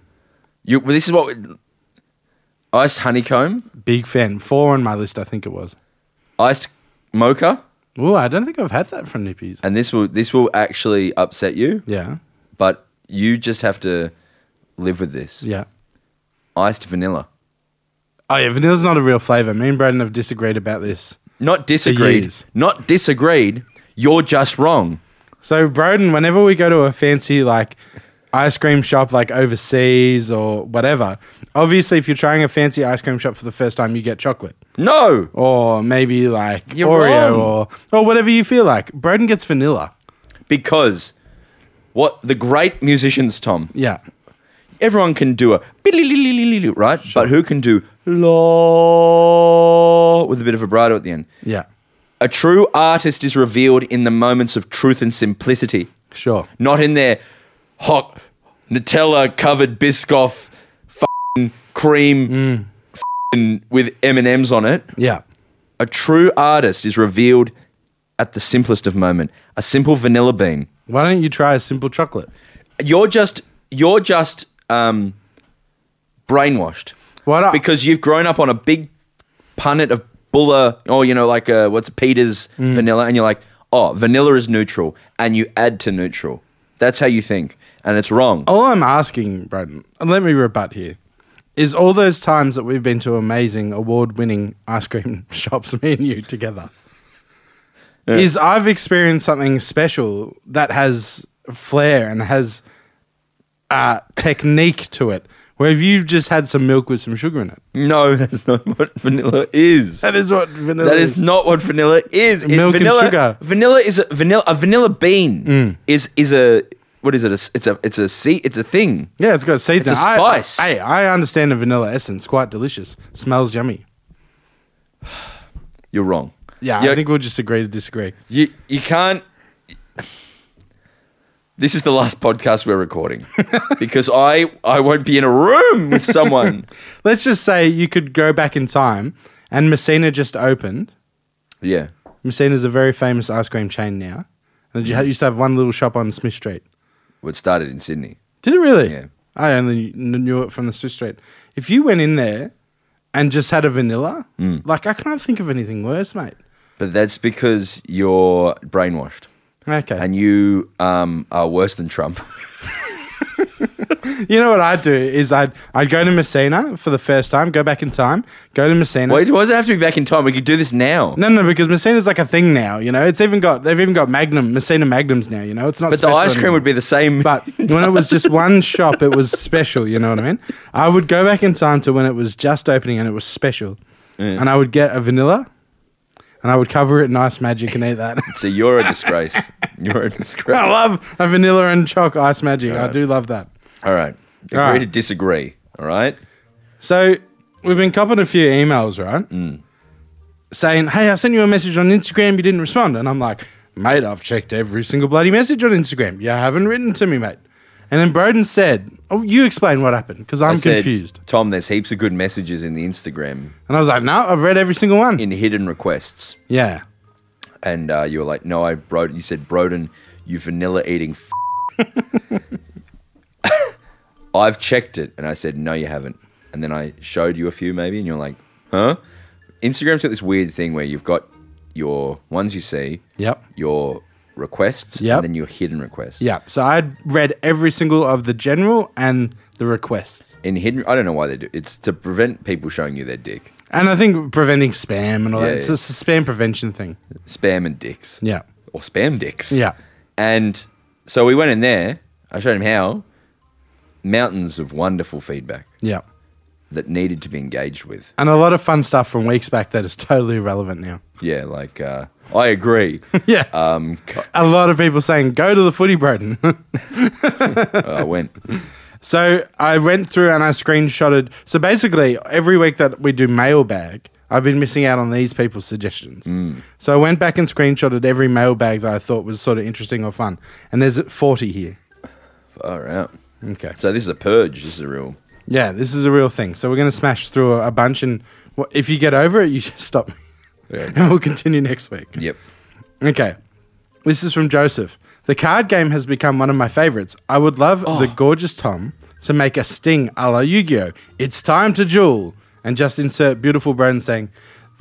Speaker 1: You, well, this is what iced honeycomb,
Speaker 2: Big fan. Four on my list, I think it was.
Speaker 1: iced mocha,
Speaker 2: Oh, I don't think I've had that from Nippies.
Speaker 1: and this will this will actually upset you,
Speaker 2: Yeah,
Speaker 1: but you just have to live with this.
Speaker 2: yeah.
Speaker 1: Iced vanilla.
Speaker 2: Oh yeah, vanilla's not a real flavor. Me and Braden have disagreed about this.
Speaker 1: Not disagreed.
Speaker 2: years.
Speaker 1: Not disagreed. You're just wrong.
Speaker 2: So Broden, whenever we go to a fancy like ice cream shop, like overseas or whatever, obviously if you're trying a fancy ice cream shop for the first time, you get chocolate
Speaker 1: No.
Speaker 2: or maybe like
Speaker 1: You're
Speaker 2: Oreo
Speaker 1: wrong.
Speaker 2: or or whatever you feel like. Broden gets vanilla.
Speaker 1: Because what the great musicians, Tom,
Speaker 2: Yeah.
Speaker 1: everyone can do a bililililililil, right? But who can do la with a bit of vibrato at the end?
Speaker 2: Yeah.
Speaker 1: A true artist is revealed in the moments of truth and simplicity,
Speaker 2: Sure.
Speaker 1: not in their hot Nutella covered Biscoff f***ing cream f***ing with M&Ms on it.
Speaker 2: Yeah.
Speaker 1: A true artist is revealed at the simplest of moment. A simple vanilla bean.
Speaker 2: Why don't you try a simple chocolate?
Speaker 1: You're just you're just um, brainwashed.
Speaker 2: Why not?
Speaker 1: Because you've grown up on a big punnet of bulla, or you know, like uh what's Peter's vanilla, and you're like, oh, vanilla is neutral, and you add to neutral. That's how you think, and it's wrong.
Speaker 2: All I'm asking, Broden, and let me rebut here, is all those times that we've been to amazing, award winning ice cream shops, me and you together, is I've experienced something special that has flair and has uh, technique to it, where if you've just had some milk with some sugar in it.
Speaker 1: No, that's not what vanilla is.
Speaker 2: That is what vanilla
Speaker 1: That is not what vanilla is. It-
Speaker 2: Milk and
Speaker 1: vanilla,
Speaker 2: sugar. Mm.
Speaker 1: Vanilla is a vanilla. A vanilla bean is is a what is it? A s it's a it's a seed. It's a thing.
Speaker 2: Yeah, it's got seeds
Speaker 1: It's
Speaker 2: in
Speaker 1: a
Speaker 2: it. I-
Speaker 1: spice.
Speaker 2: Hey, I understand the vanilla essence. Quite delicious. Smells yummy.
Speaker 1: You're wrong.
Speaker 2: Yeah,
Speaker 1: you
Speaker 2: I think we'll just agree to disagree.
Speaker 1: you you can't. This is the last podcast we're recording because I I won't be in a room with someone.
Speaker 2: Let's just say you could go back in time and Messina just opened.
Speaker 1: yeah,
Speaker 2: Messina's a very famous ice cream chain now. And you
Speaker 1: Mm.
Speaker 2: ha- used to have one little shop on Smith Street.
Speaker 1: well, it started in Sydney.
Speaker 2: Did it really?
Speaker 1: Yeah.
Speaker 2: I only kn- knew it from the Smith Street. If you went in there and just had a vanilla,
Speaker 1: Mm.
Speaker 2: like I can't think of anything worse, mate.
Speaker 1: But that's because you're brainwashed
Speaker 2: Okay.
Speaker 1: and you um, are worse than Trump.
Speaker 2: you know what I'd do is I'd I'd go to Messina for the first time, go back in time, go to Messina.
Speaker 1: Why why does it have to be back in time? We could do this now.
Speaker 2: No, no, because Messina's like a thing now. You know, it's even got they've even got Magnum Messina Magnums now. You know, it's not.
Speaker 1: but the ice cream would be the same.
Speaker 2: But when it was just one shop, it was special. You know what I mean? I would go back in time to when it was just opening and it was special. and I would get a vanilla, and I would cover it in ice magic and eat that.
Speaker 1: So you're a disgrace. You're a disgrace.
Speaker 2: I love a vanilla and chalk ice magic. I do love that.
Speaker 1: All right. Agree
Speaker 2: right.
Speaker 1: to disagree. All right.
Speaker 2: So we've been copping a few emails, right?
Speaker 1: Mm.
Speaker 2: Saying, "Hey, I sent you a message on Instagram. You didn't respond." And I'm like, "Mate, I've checked every single bloody message on Instagram. You haven't written to me, mate." And then Broden said, "Oh, you explain what happened because
Speaker 1: I
Speaker 2: I'm
Speaker 1: said,
Speaker 2: confused."
Speaker 1: Tom, there's heaps of good messages in the Instagram
Speaker 2: And I was like, "No, I've read every single one."
Speaker 1: in hidden requests.
Speaker 2: yeah.
Speaker 1: And uh, you were like, no, I Broden. You said, Broden, you vanilla eating. F- I've checked it. And I said, no, you haven't. And then I showed you a few maybe. And you're like, huh? Instagram's got this weird thing where you've got your ones you see,
Speaker 2: Yep.
Speaker 1: your requests,
Speaker 2: Yep.
Speaker 1: and then your hidden requests.
Speaker 2: Yeah. So I'd read every single of the general and the requests.
Speaker 1: In hidden, I don't know why they do. It's to prevent people showing you their dick,
Speaker 2: And I think preventing spam and all
Speaker 1: Yeah,
Speaker 2: that. It's
Speaker 1: yeah.
Speaker 2: a s- spam prevention thing.
Speaker 1: spam and dicks.
Speaker 2: Yeah.
Speaker 1: or spam dicks.
Speaker 2: Yeah.
Speaker 1: And so we went in there. I showed him how mountains of wonderful feedback
Speaker 2: Yeah.
Speaker 1: that needed to be engaged with.
Speaker 2: And a lot of fun stuff from weeks back that is totally irrelevant now.
Speaker 1: Yeah, like uh, I agree.
Speaker 2: Yeah.
Speaker 1: um, co-
Speaker 2: a lot of people saying, go to the footy, Broden.
Speaker 1: uh, I went.
Speaker 2: so I went through and I screenshotted. So basically, every week that we do mailbag, I've been missing out on these people's suggestions. So I went back and screenshotted every mailbag that I thought was sort of interesting or fun. And there's 40 here.
Speaker 1: Far out.
Speaker 2: Okay.
Speaker 1: So this is a purge. This is a real.
Speaker 2: Yeah, this is a real thing. So we're going to smash through a, a bunch, and wha- if you get over it, you just stop me,
Speaker 1: Yeah.
Speaker 2: and we'll continue next week.
Speaker 1: Yep.
Speaker 2: Okay, this is from Joseph. The card game has become one of my favorites. I would love
Speaker 1: Oh.
Speaker 2: the gorgeous Tom to make a sting a la Yu Gi Oh! It's time to duel, and just insert beautiful Broden saying,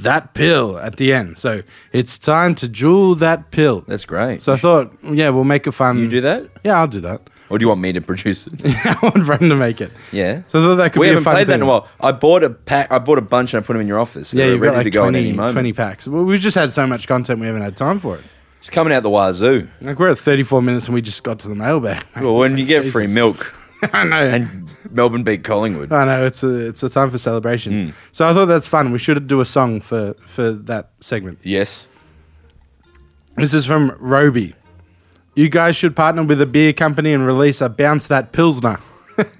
Speaker 2: that pill at the end. So it's time to duel that pill.
Speaker 1: That's great.
Speaker 2: So I thought, yeah, we'll make a fun.
Speaker 1: you do that,
Speaker 2: Yeah, I'll do that.
Speaker 1: or do you want me to produce it?
Speaker 2: I want Broden to make it.
Speaker 1: Yeah.
Speaker 2: So I thought that could
Speaker 1: we
Speaker 2: be a
Speaker 1: haven't
Speaker 2: fun
Speaker 1: played that
Speaker 2: thing.
Speaker 1: in a while. I bought a pack. I bought a bunch and I put them in your office.
Speaker 2: Yeah,
Speaker 1: They're
Speaker 2: you've
Speaker 1: ready
Speaker 2: got like
Speaker 1: to go at
Speaker 2: 20,
Speaker 1: any moment.
Speaker 2: 20 packs. Well, we've just had so much content, we haven't had time for it.
Speaker 1: It's coming out the wazoo.
Speaker 2: Like we're at 34 minutes and we just got to the mailbag.
Speaker 1: Well, when you get
Speaker 2: Jesus.
Speaker 1: free milk
Speaker 2: I know.
Speaker 1: and Melbourne beat Collingwood.
Speaker 2: I know it's a it's a time for
Speaker 1: Mm.
Speaker 2: celebration. So I thought that's fun. We should do a song for for that segment.
Speaker 1: Yes.
Speaker 2: This is from Roby. You guys should partner with a beer company and release a bounce that pilsner,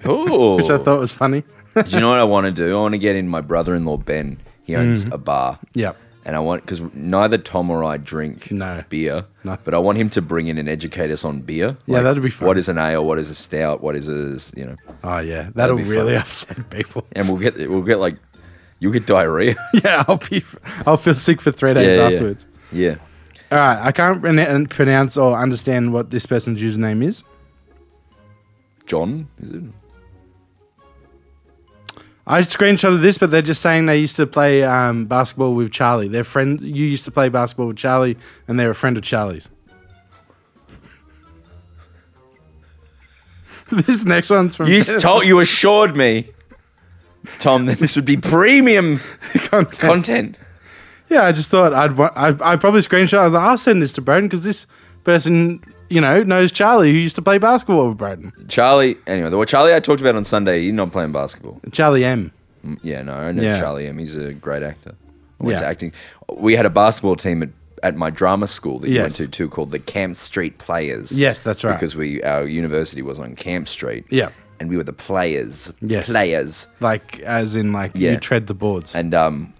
Speaker 1: Ooh.
Speaker 2: which I thought was funny.
Speaker 1: Do you know what I want to do? I want to get in my brother-in-law Ben. He owns
Speaker 2: Mm.
Speaker 1: a bar.
Speaker 2: Yep.
Speaker 1: And I want because neither Tom or I drink
Speaker 2: No.
Speaker 1: beer.
Speaker 2: No.
Speaker 1: But I want him to bring in and educate us on beer.
Speaker 2: Yeah, that'd be fun.
Speaker 1: What is an ale? What is a stout? What is a you know?
Speaker 2: Oh yeah, that'll
Speaker 1: be
Speaker 2: really upset people.
Speaker 1: And we'll get we'll get like you'll get diarrhea.
Speaker 2: yeah, I'll be I'll feel sick for three days afterwarefterwards.
Speaker 1: Yeah.
Speaker 2: All right, I can't prona- pronounce or understand what this person's username is.
Speaker 1: John is it?
Speaker 2: I screenshotted this, but they're just saying they used to play um, basketball with Charlie. Their friend, you used to play basketball with Charlie, and they're a friend of Charlie's. this next one's from
Speaker 1: You told you assured me, Tom, that this would be premium
Speaker 2: content.
Speaker 1: content.
Speaker 2: yeah, I just thought I'd wa- I, I probably screenshot. I was like, I'll send this to Broden because this person, you know, knows Charlie who used to play basketball with Broden.
Speaker 1: Charlie. Anyway, the Charlie I talked about on Sunday, he's not playing basketball.
Speaker 2: Charlie M.
Speaker 1: Mm, Yeah, no, I know
Speaker 2: Yeah.
Speaker 1: Charlie M. He's a great actor. I went
Speaker 2: Yeah.
Speaker 1: to acting. We had a basketball team at, at my drama school that you went to
Speaker 2: Yes.
Speaker 1: too called the Camp Street Players.
Speaker 2: Yes, that's right.
Speaker 1: Because we our university was on Camp Street.
Speaker 2: Yeah.
Speaker 1: And we were the players.
Speaker 2: Yes.
Speaker 1: Players.
Speaker 2: Like, as in, like,
Speaker 1: Yeah.
Speaker 2: you tread the boards.
Speaker 1: And um,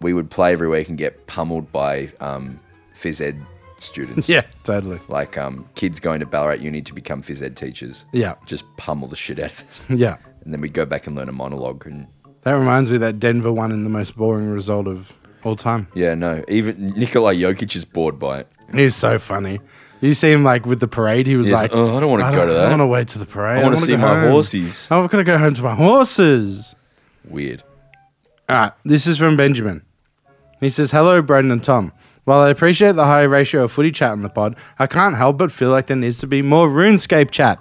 Speaker 1: we would play every week and get pummeled by um, phys ed students.
Speaker 2: yeah, totally.
Speaker 1: Like um, kids going to Ballarat Uni to become phys ed teachers.
Speaker 2: Yeah.
Speaker 1: Just pummel the shit out of us.
Speaker 2: Yeah.
Speaker 1: and then we'd go back and learn a monologue and
Speaker 2: That reminds me of that Denver one and the most boring result of all time.
Speaker 1: yeah, no. Even Nikolai Jokic is bored by it.
Speaker 2: He was so funny. You see him like with the parade. He was
Speaker 1: He's
Speaker 2: like,
Speaker 1: like, "Oh, I don't wanna go to
Speaker 2: I
Speaker 1: that.
Speaker 2: want to wait to the parade.
Speaker 1: I want
Speaker 2: wanna
Speaker 1: to see
Speaker 2: go
Speaker 1: my
Speaker 2: home.
Speaker 1: horses.
Speaker 2: I'm gonna go home to my horses."
Speaker 1: Weird.
Speaker 2: All right, this is from Benjamin. He says, "Hello, Broden and Tom. While I appreciate the high ratio of footy chat on the pod, I can't help but feel like there needs to be more RuneScape chat."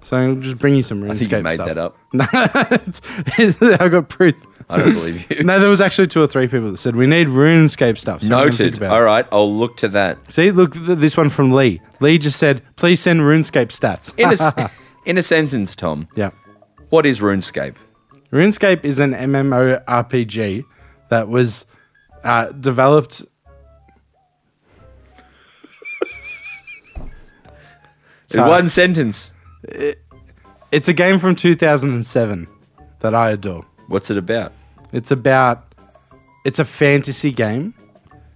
Speaker 2: So I'll just bring you some RuneScape
Speaker 1: I think you made
Speaker 2: stuff.
Speaker 1: that up.
Speaker 2: I got proof.
Speaker 1: I don't believe you.
Speaker 2: No, there was actually two or three people that said we need RuneScape stuff. So we're gonna think
Speaker 1: Noted.
Speaker 2: about it.
Speaker 1: All right, I'll look to that.
Speaker 2: See, look, th- this one from Lee. Lee just said, please send RuneScape stats.
Speaker 1: In a, s- in a sentence, Tom,
Speaker 2: yeah.
Speaker 1: what is RuneScape?
Speaker 2: RuneScape is an MMORPG that was uh, developed.
Speaker 1: In one sentence.
Speaker 2: It's a game from 2007 that I adore.
Speaker 1: What's it about?
Speaker 2: It's about it's a fantasy game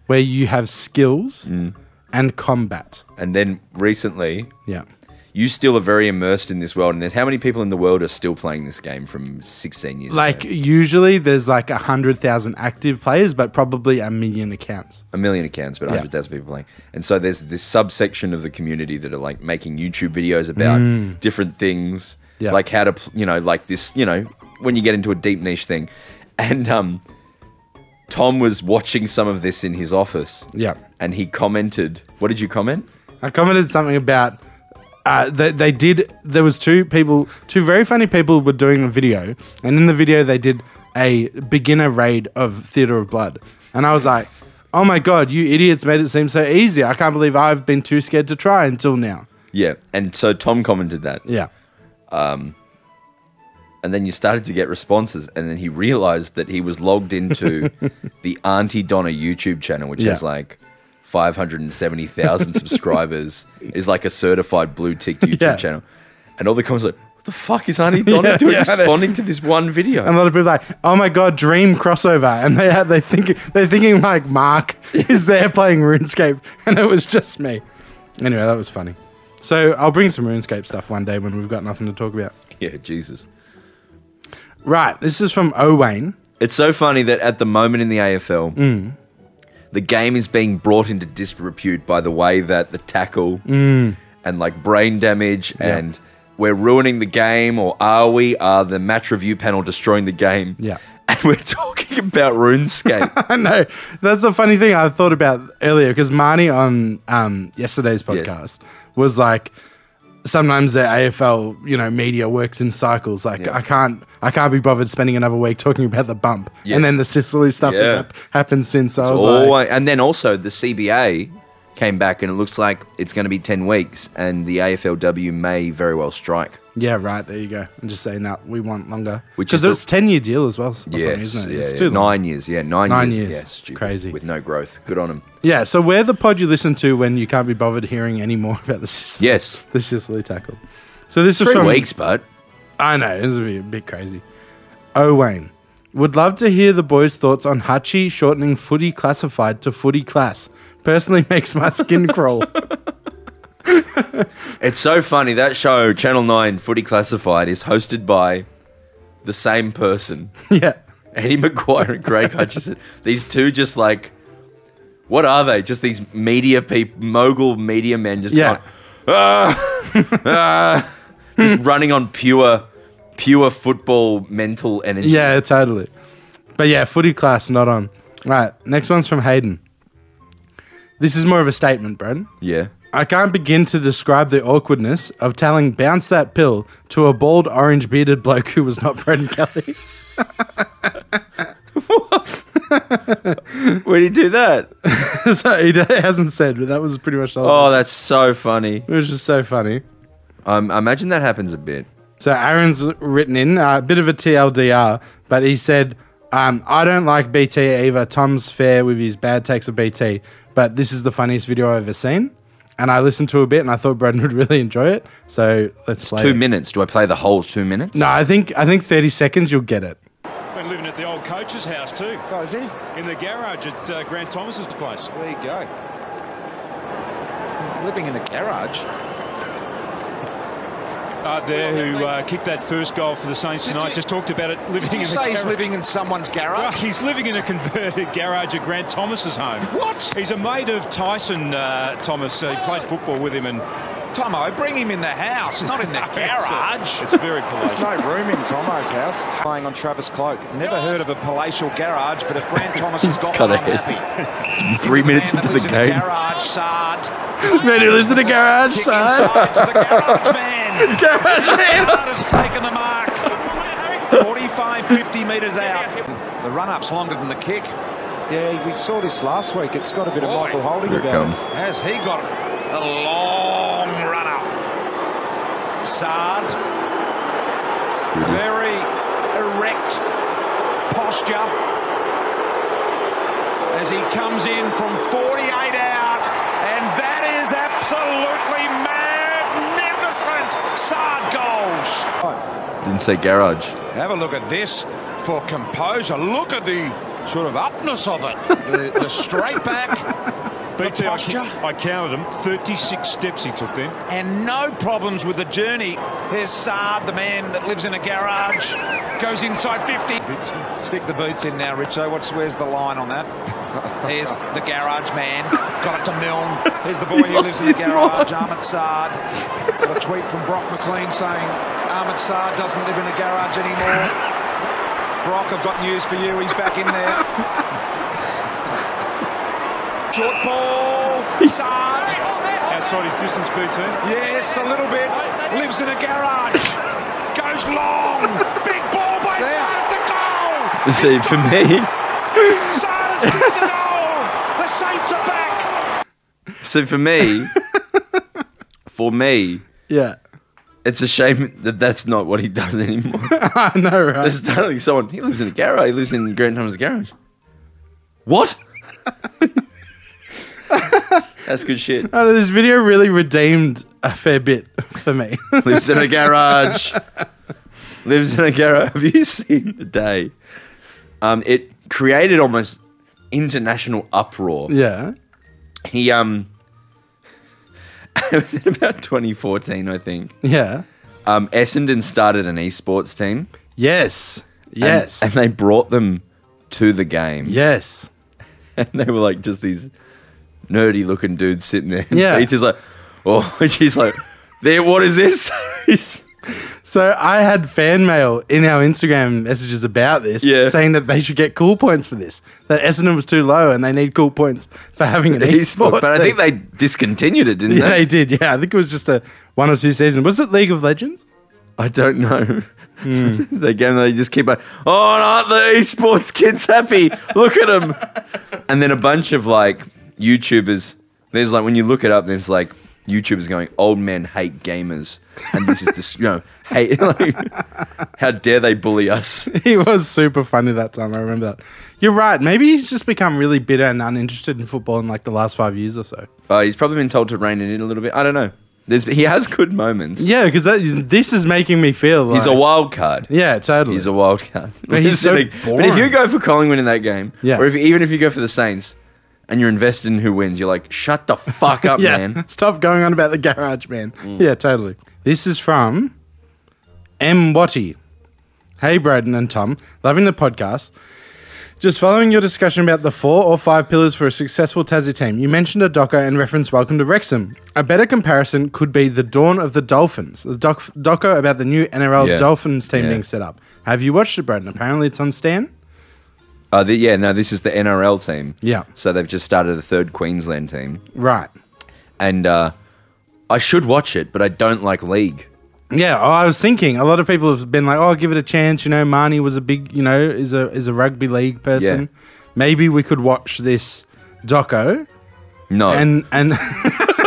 Speaker 2: where you have skills
Speaker 1: Mm.
Speaker 2: and combat.
Speaker 1: And then recently,
Speaker 2: Yeah.
Speaker 1: you still are very immersed in this world. And there's how many people in the world are still playing this game from 16 years
Speaker 2: Like
Speaker 1: ago?
Speaker 2: usually there's like a hundred thousand active players, but probably a million accounts.
Speaker 1: a million accounts, but 100,000 people playing. And so there's this subsection of the community that are like making YouTube videos about different things,
Speaker 2: Mm. Yeah.
Speaker 1: like how to, pl- you know, like this, you know, when you get into a deep niche thing. And um, Tom was watching some of this in his office.
Speaker 2: Yeah.
Speaker 1: And he commented, what did you comment?
Speaker 2: I commented something about uh, they, they did. There was two people, two very funny people were doing a video, and in the video they did a beginner raid of Theater of Blood, and I was like, "Oh my god, you idiots made it seem so easy! I can't believe I've been too scared to try until now."
Speaker 1: Yeah. And so Tom commented that.
Speaker 2: Yeah,
Speaker 1: and then you started to get responses and then he realized that he was logged into the auntie donna youtube channel which has
Speaker 2: Yeah.
Speaker 1: like 570000 subscribers is like a certified blue tick youtube
Speaker 2: Yeah.
Speaker 1: channel and all the comments are like what the fuck is auntie donna
Speaker 2: Yeah,
Speaker 1: doing
Speaker 2: yeah.
Speaker 1: responding to this one video
Speaker 2: and a lot of people are like, "Oh my god, dream crossover," and they had they think they're thinking like Mark is there playing RuneScape, and it was just me. Anyway, that was funny. So I'll bring some RuneScape stuff one day when we've got nothing to talk about.
Speaker 1: yeah jesus
Speaker 2: Right, this is from Owain.
Speaker 1: it's so funny that at the moment in the afl
Speaker 2: Mm.
Speaker 1: the game is being brought into disrepute by the way that the tackle
Speaker 2: Mm.
Speaker 1: and like brain damage and we're ruining the game or are we? Are the match review panel destroying the game?
Speaker 2: Yeah.
Speaker 1: And we're talking about RuneScape.
Speaker 2: I know that's a funny thing I thought about earlier because Marnie on um, yesterday's podcast was like, sometimes the AFL you know media works in cycles. Like I can't I can't be bothered spending another week talking about the bump,
Speaker 1: Yes.
Speaker 2: and then the Sicily stuff
Speaker 1: Yeah.
Speaker 2: has hap- happened since. So I was
Speaker 1: Always-
Speaker 2: like,
Speaker 1: and then also the CBA came back and it looks like it's going to be 10 weeks and the AFLW may very well strike.
Speaker 2: yeah, right there you go. And just saying that we want longer
Speaker 1: Which
Speaker 2: because
Speaker 1: is
Speaker 2: it's ten year deal as well, or something,
Speaker 1: Yes,
Speaker 2: isn't it?
Speaker 1: yeah,
Speaker 2: it's
Speaker 1: yeah.
Speaker 2: too long.
Speaker 1: nine years. Yeah, nine,
Speaker 2: Nine
Speaker 1: years.
Speaker 2: years.
Speaker 1: Yeah,
Speaker 2: It's
Speaker 1: stupid.
Speaker 2: crazy.
Speaker 1: With no growth. Good on him.
Speaker 2: Yeah, so we're the pod you listen to when you can't be bothered hearing any more about the Sicily,
Speaker 1: Yes,
Speaker 2: the Sicily tackle. So this is
Speaker 1: three
Speaker 2: from
Speaker 1: weeks, but
Speaker 2: I know, this would be a bit crazy. Oh, Wayne. Would love to hear the boys' thoughts on Hachi shortening footy classified to footy class. Personally makes my skin crawl.
Speaker 1: It's so funny. That show, Channel 9 Footy Classified, is hosted by the same person
Speaker 2: yeah.
Speaker 1: Eddie McGuire and Craig Hutchison. These two just like, what are they? Just these media people, mogul media men just
Speaker 2: Yeah.
Speaker 1: going, "Ah, ah," just running on pure, pure football mental energy.
Speaker 2: Yeah, totally. But yeah, footy class, not on. Right, next one's from Hayden. This is more of a statement, Brad.
Speaker 1: Yeah.
Speaker 2: I can't begin to describe the awkwardness of telling bounce that pill to a bald orange bearded bloke who was not Brendan Kelly.
Speaker 1: Where do you do that?
Speaker 2: so he d- hasn't said, but that was pretty much the whole
Speaker 1: Oh, that's so funny.
Speaker 2: It was just so funny.
Speaker 1: Um, I imagine that happens a bit.
Speaker 2: So Aaron's written in uh, a bit of a TLDR, but he said, um, "I don't like BT either. Tom's fair with his bad takes of BT, but this is the funniest video I've ever seen." And I listened to a bit, and I thought Braden would really enjoy it. So let's play.
Speaker 1: Two
Speaker 2: it.
Speaker 1: minutes. Do I play the whole two minutes?
Speaker 2: No, I think I think thirty seconds you'll get it.
Speaker 4: Been living at the old coach's house too,
Speaker 5: Oh, is he?
Speaker 4: in the garage at uh, Grant Thomas's place.
Speaker 5: There you go. Living in a garage.
Speaker 4: Out there, who uh, kicked that first goal for the Saints
Speaker 5: Did
Speaker 4: tonight,
Speaker 5: you-
Speaker 4: just talked about it living
Speaker 5: Did
Speaker 4: in
Speaker 5: you
Speaker 4: the
Speaker 5: say he's
Speaker 4: garage.
Speaker 5: living in someone's
Speaker 4: Well,
Speaker 5: garage?
Speaker 4: he's living in a converted garage at Grant Thomas's home.
Speaker 5: What?
Speaker 4: He's a mate of Tyson uh, Thomas. Uh, he played football with him, and
Speaker 5: Tomo, bring him in the house, not in the
Speaker 4: That's it.
Speaker 5: garage.
Speaker 4: It's very polite.
Speaker 6: no room in Tomo's house.
Speaker 5: Playing on Travis Cloak. Never heard of a palatial garage, but if Grant Thomas has got
Speaker 1: Cut
Speaker 5: one, I'm
Speaker 1: ahead.
Speaker 5: happy.
Speaker 1: Three minutes into the
Speaker 5: lives In a
Speaker 1: game.
Speaker 5: garage, Sard.
Speaker 2: Man who lives in a garage,
Speaker 5: Kick
Speaker 2: son.
Speaker 5: inside to the garage man. Sard has taken the mark. 45, 50 metres out. The run-up's longer than the kick.
Speaker 6: Yeah, we saw this last week. It's got a bit of
Speaker 5: Boy.
Speaker 6: Michael Holding
Speaker 1: Here it
Speaker 6: about
Speaker 1: comes.
Speaker 5: Has he got it? A long run up. Sard, very erect posture. as he comes in from 48 out, and that is absolutely magnificent. Sard goals.
Speaker 1: Didn't say garage.
Speaker 5: Have a look at this for composure. Look at the sort of upness of it. The, the straight back,
Speaker 4: BT,
Speaker 5: the posture,
Speaker 4: uh, I, I counted him. 36 steps he took then.
Speaker 5: and no problems with the journey. There's Saad, the man that lives in a garage, goes inside 50.
Speaker 4: uh,
Speaker 5: Stick the boots in now, Richo. What's where's the line on that? Here's the garage man. Got it to Milne. Here's the boy who lives in the garage, Ahmed Saad. Got a tweet from Brock McLean saying Ahmed Saad doesn't live in a garage anymore. Brock, I've got news for you. He's back in there. Short ball. Saad.
Speaker 4: Outside his distance, BT.
Speaker 5: Yes, a little bit. Lives in a garage. Goes long. Big ball by Sard. The goal.
Speaker 1: See, for me,
Speaker 5: Sard has kicked the goal. The Saints are back.
Speaker 1: so for me, for me,
Speaker 2: Yeah.
Speaker 1: it's a shame that that's not what he does anymore.
Speaker 2: I know, right?
Speaker 1: There's totally someone. He lives in a garage. He lives in Grant Thomas' garage. What? That's good shit.
Speaker 2: Uh, this video really redeemed a fair bit for me.
Speaker 1: Lives in a garage. Lives in a garage. Have you seen the day? Um, it created almost international uproar.
Speaker 2: yeah.
Speaker 1: He um, it was in about 2014, I think.
Speaker 2: Yeah.
Speaker 1: Um, Essendon started an esports team.
Speaker 2: Yes.
Speaker 1: and-
Speaker 2: Yes.
Speaker 1: and they brought them to the game.
Speaker 2: yes.
Speaker 1: and they were like just these nerdy looking dudes sitting there. And
Speaker 2: Yeah.
Speaker 1: Peter's like, oh, and she's like, there, what is this?
Speaker 2: So I had fan mail in our Instagram messages about this,
Speaker 1: Yeah.
Speaker 2: saying that they should get cool points for this. That Essendon was too low, and they need cool points for having an esports.
Speaker 1: but I think
Speaker 2: team.
Speaker 1: they discontinued it, didn't
Speaker 2: yeah,
Speaker 1: they?
Speaker 2: they did. Yeah, I think it was just a one or two season. Was it League of Legends?
Speaker 1: I don't know. they game they just keep on. Oh, aren't the esports kids happy? Look at them. and then a bunch of like YouTubers. There's like when you look it up, there's like YouTubers going, "Old men hate gamers," and this is just you know, hate. Like, how dare they bully us?
Speaker 2: He was super funny that time. I remember that. You're right. Maybe he's just become really bitter and uninterested in football in like the last five years or so.
Speaker 1: Uh, he's probably been told to rein it in a little bit. I don't know. There's, he has good moments.
Speaker 2: Yeah, because this is making me feel like
Speaker 1: He's a wild card.
Speaker 2: yeah, totally.
Speaker 1: He's a wild card.
Speaker 2: But he's so
Speaker 1: but if
Speaker 2: boring.
Speaker 1: you go for Collingwood in that game,
Speaker 2: Yeah.
Speaker 1: or if, even if you go for the Saints and you're invested in who wins, you're like, shut the fuck up,
Speaker 2: yeah,
Speaker 1: man. Mm.
Speaker 2: stop going on about the garage man. Yeah, totally. This is from M. Watty. Hey, Braden and Tom, loving the podcast. Just following your discussion about the four or five pillars for a successful Tassie team, you mentioned a docker and referenced Welcome to Wrexham. A better comparison could be the Dawn of the Dolphins, the doc- docker about the new NRL
Speaker 1: Yeah.
Speaker 2: Dolphins team
Speaker 1: Yeah.
Speaker 2: being set up. Have you watched it, Braden? Apparently it's on Stan.
Speaker 1: Uh, the, yeah, no, this is the NRL team.
Speaker 2: Yeah.
Speaker 1: So they've just started the third Queensland team.
Speaker 2: Right.
Speaker 1: And uh, I should watch it, but I don't like League.
Speaker 2: Yeah, oh, I was thinking. A lot of people have been like, "Oh, give it a chance." You know, Marnie was a big, you know, is a is a rugby league person.
Speaker 1: Yeah.
Speaker 2: Maybe we could watch this doco
Speaker 1: No.
Speaker 2: and and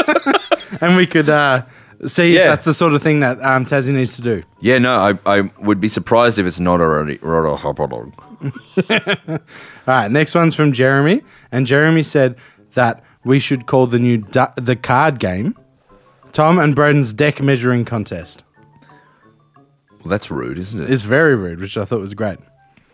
Speaker 2: and we could uh, see
Speaker 1: Yeah.
Speaker 2: if that's the sort of thing that um, Tassie needs to do.
Speaker 1: yeah, no, I, I would be surprised if it's not already. already-
Speaker 2: All right, next one's from Jeremy, and Jeremy said that we should call the new du- the card game Tom and Braden's deck measuring contest.
Speaker 1: Well, that's rude, isn't it?
Speaker 2: It's very rude, which I thought was great.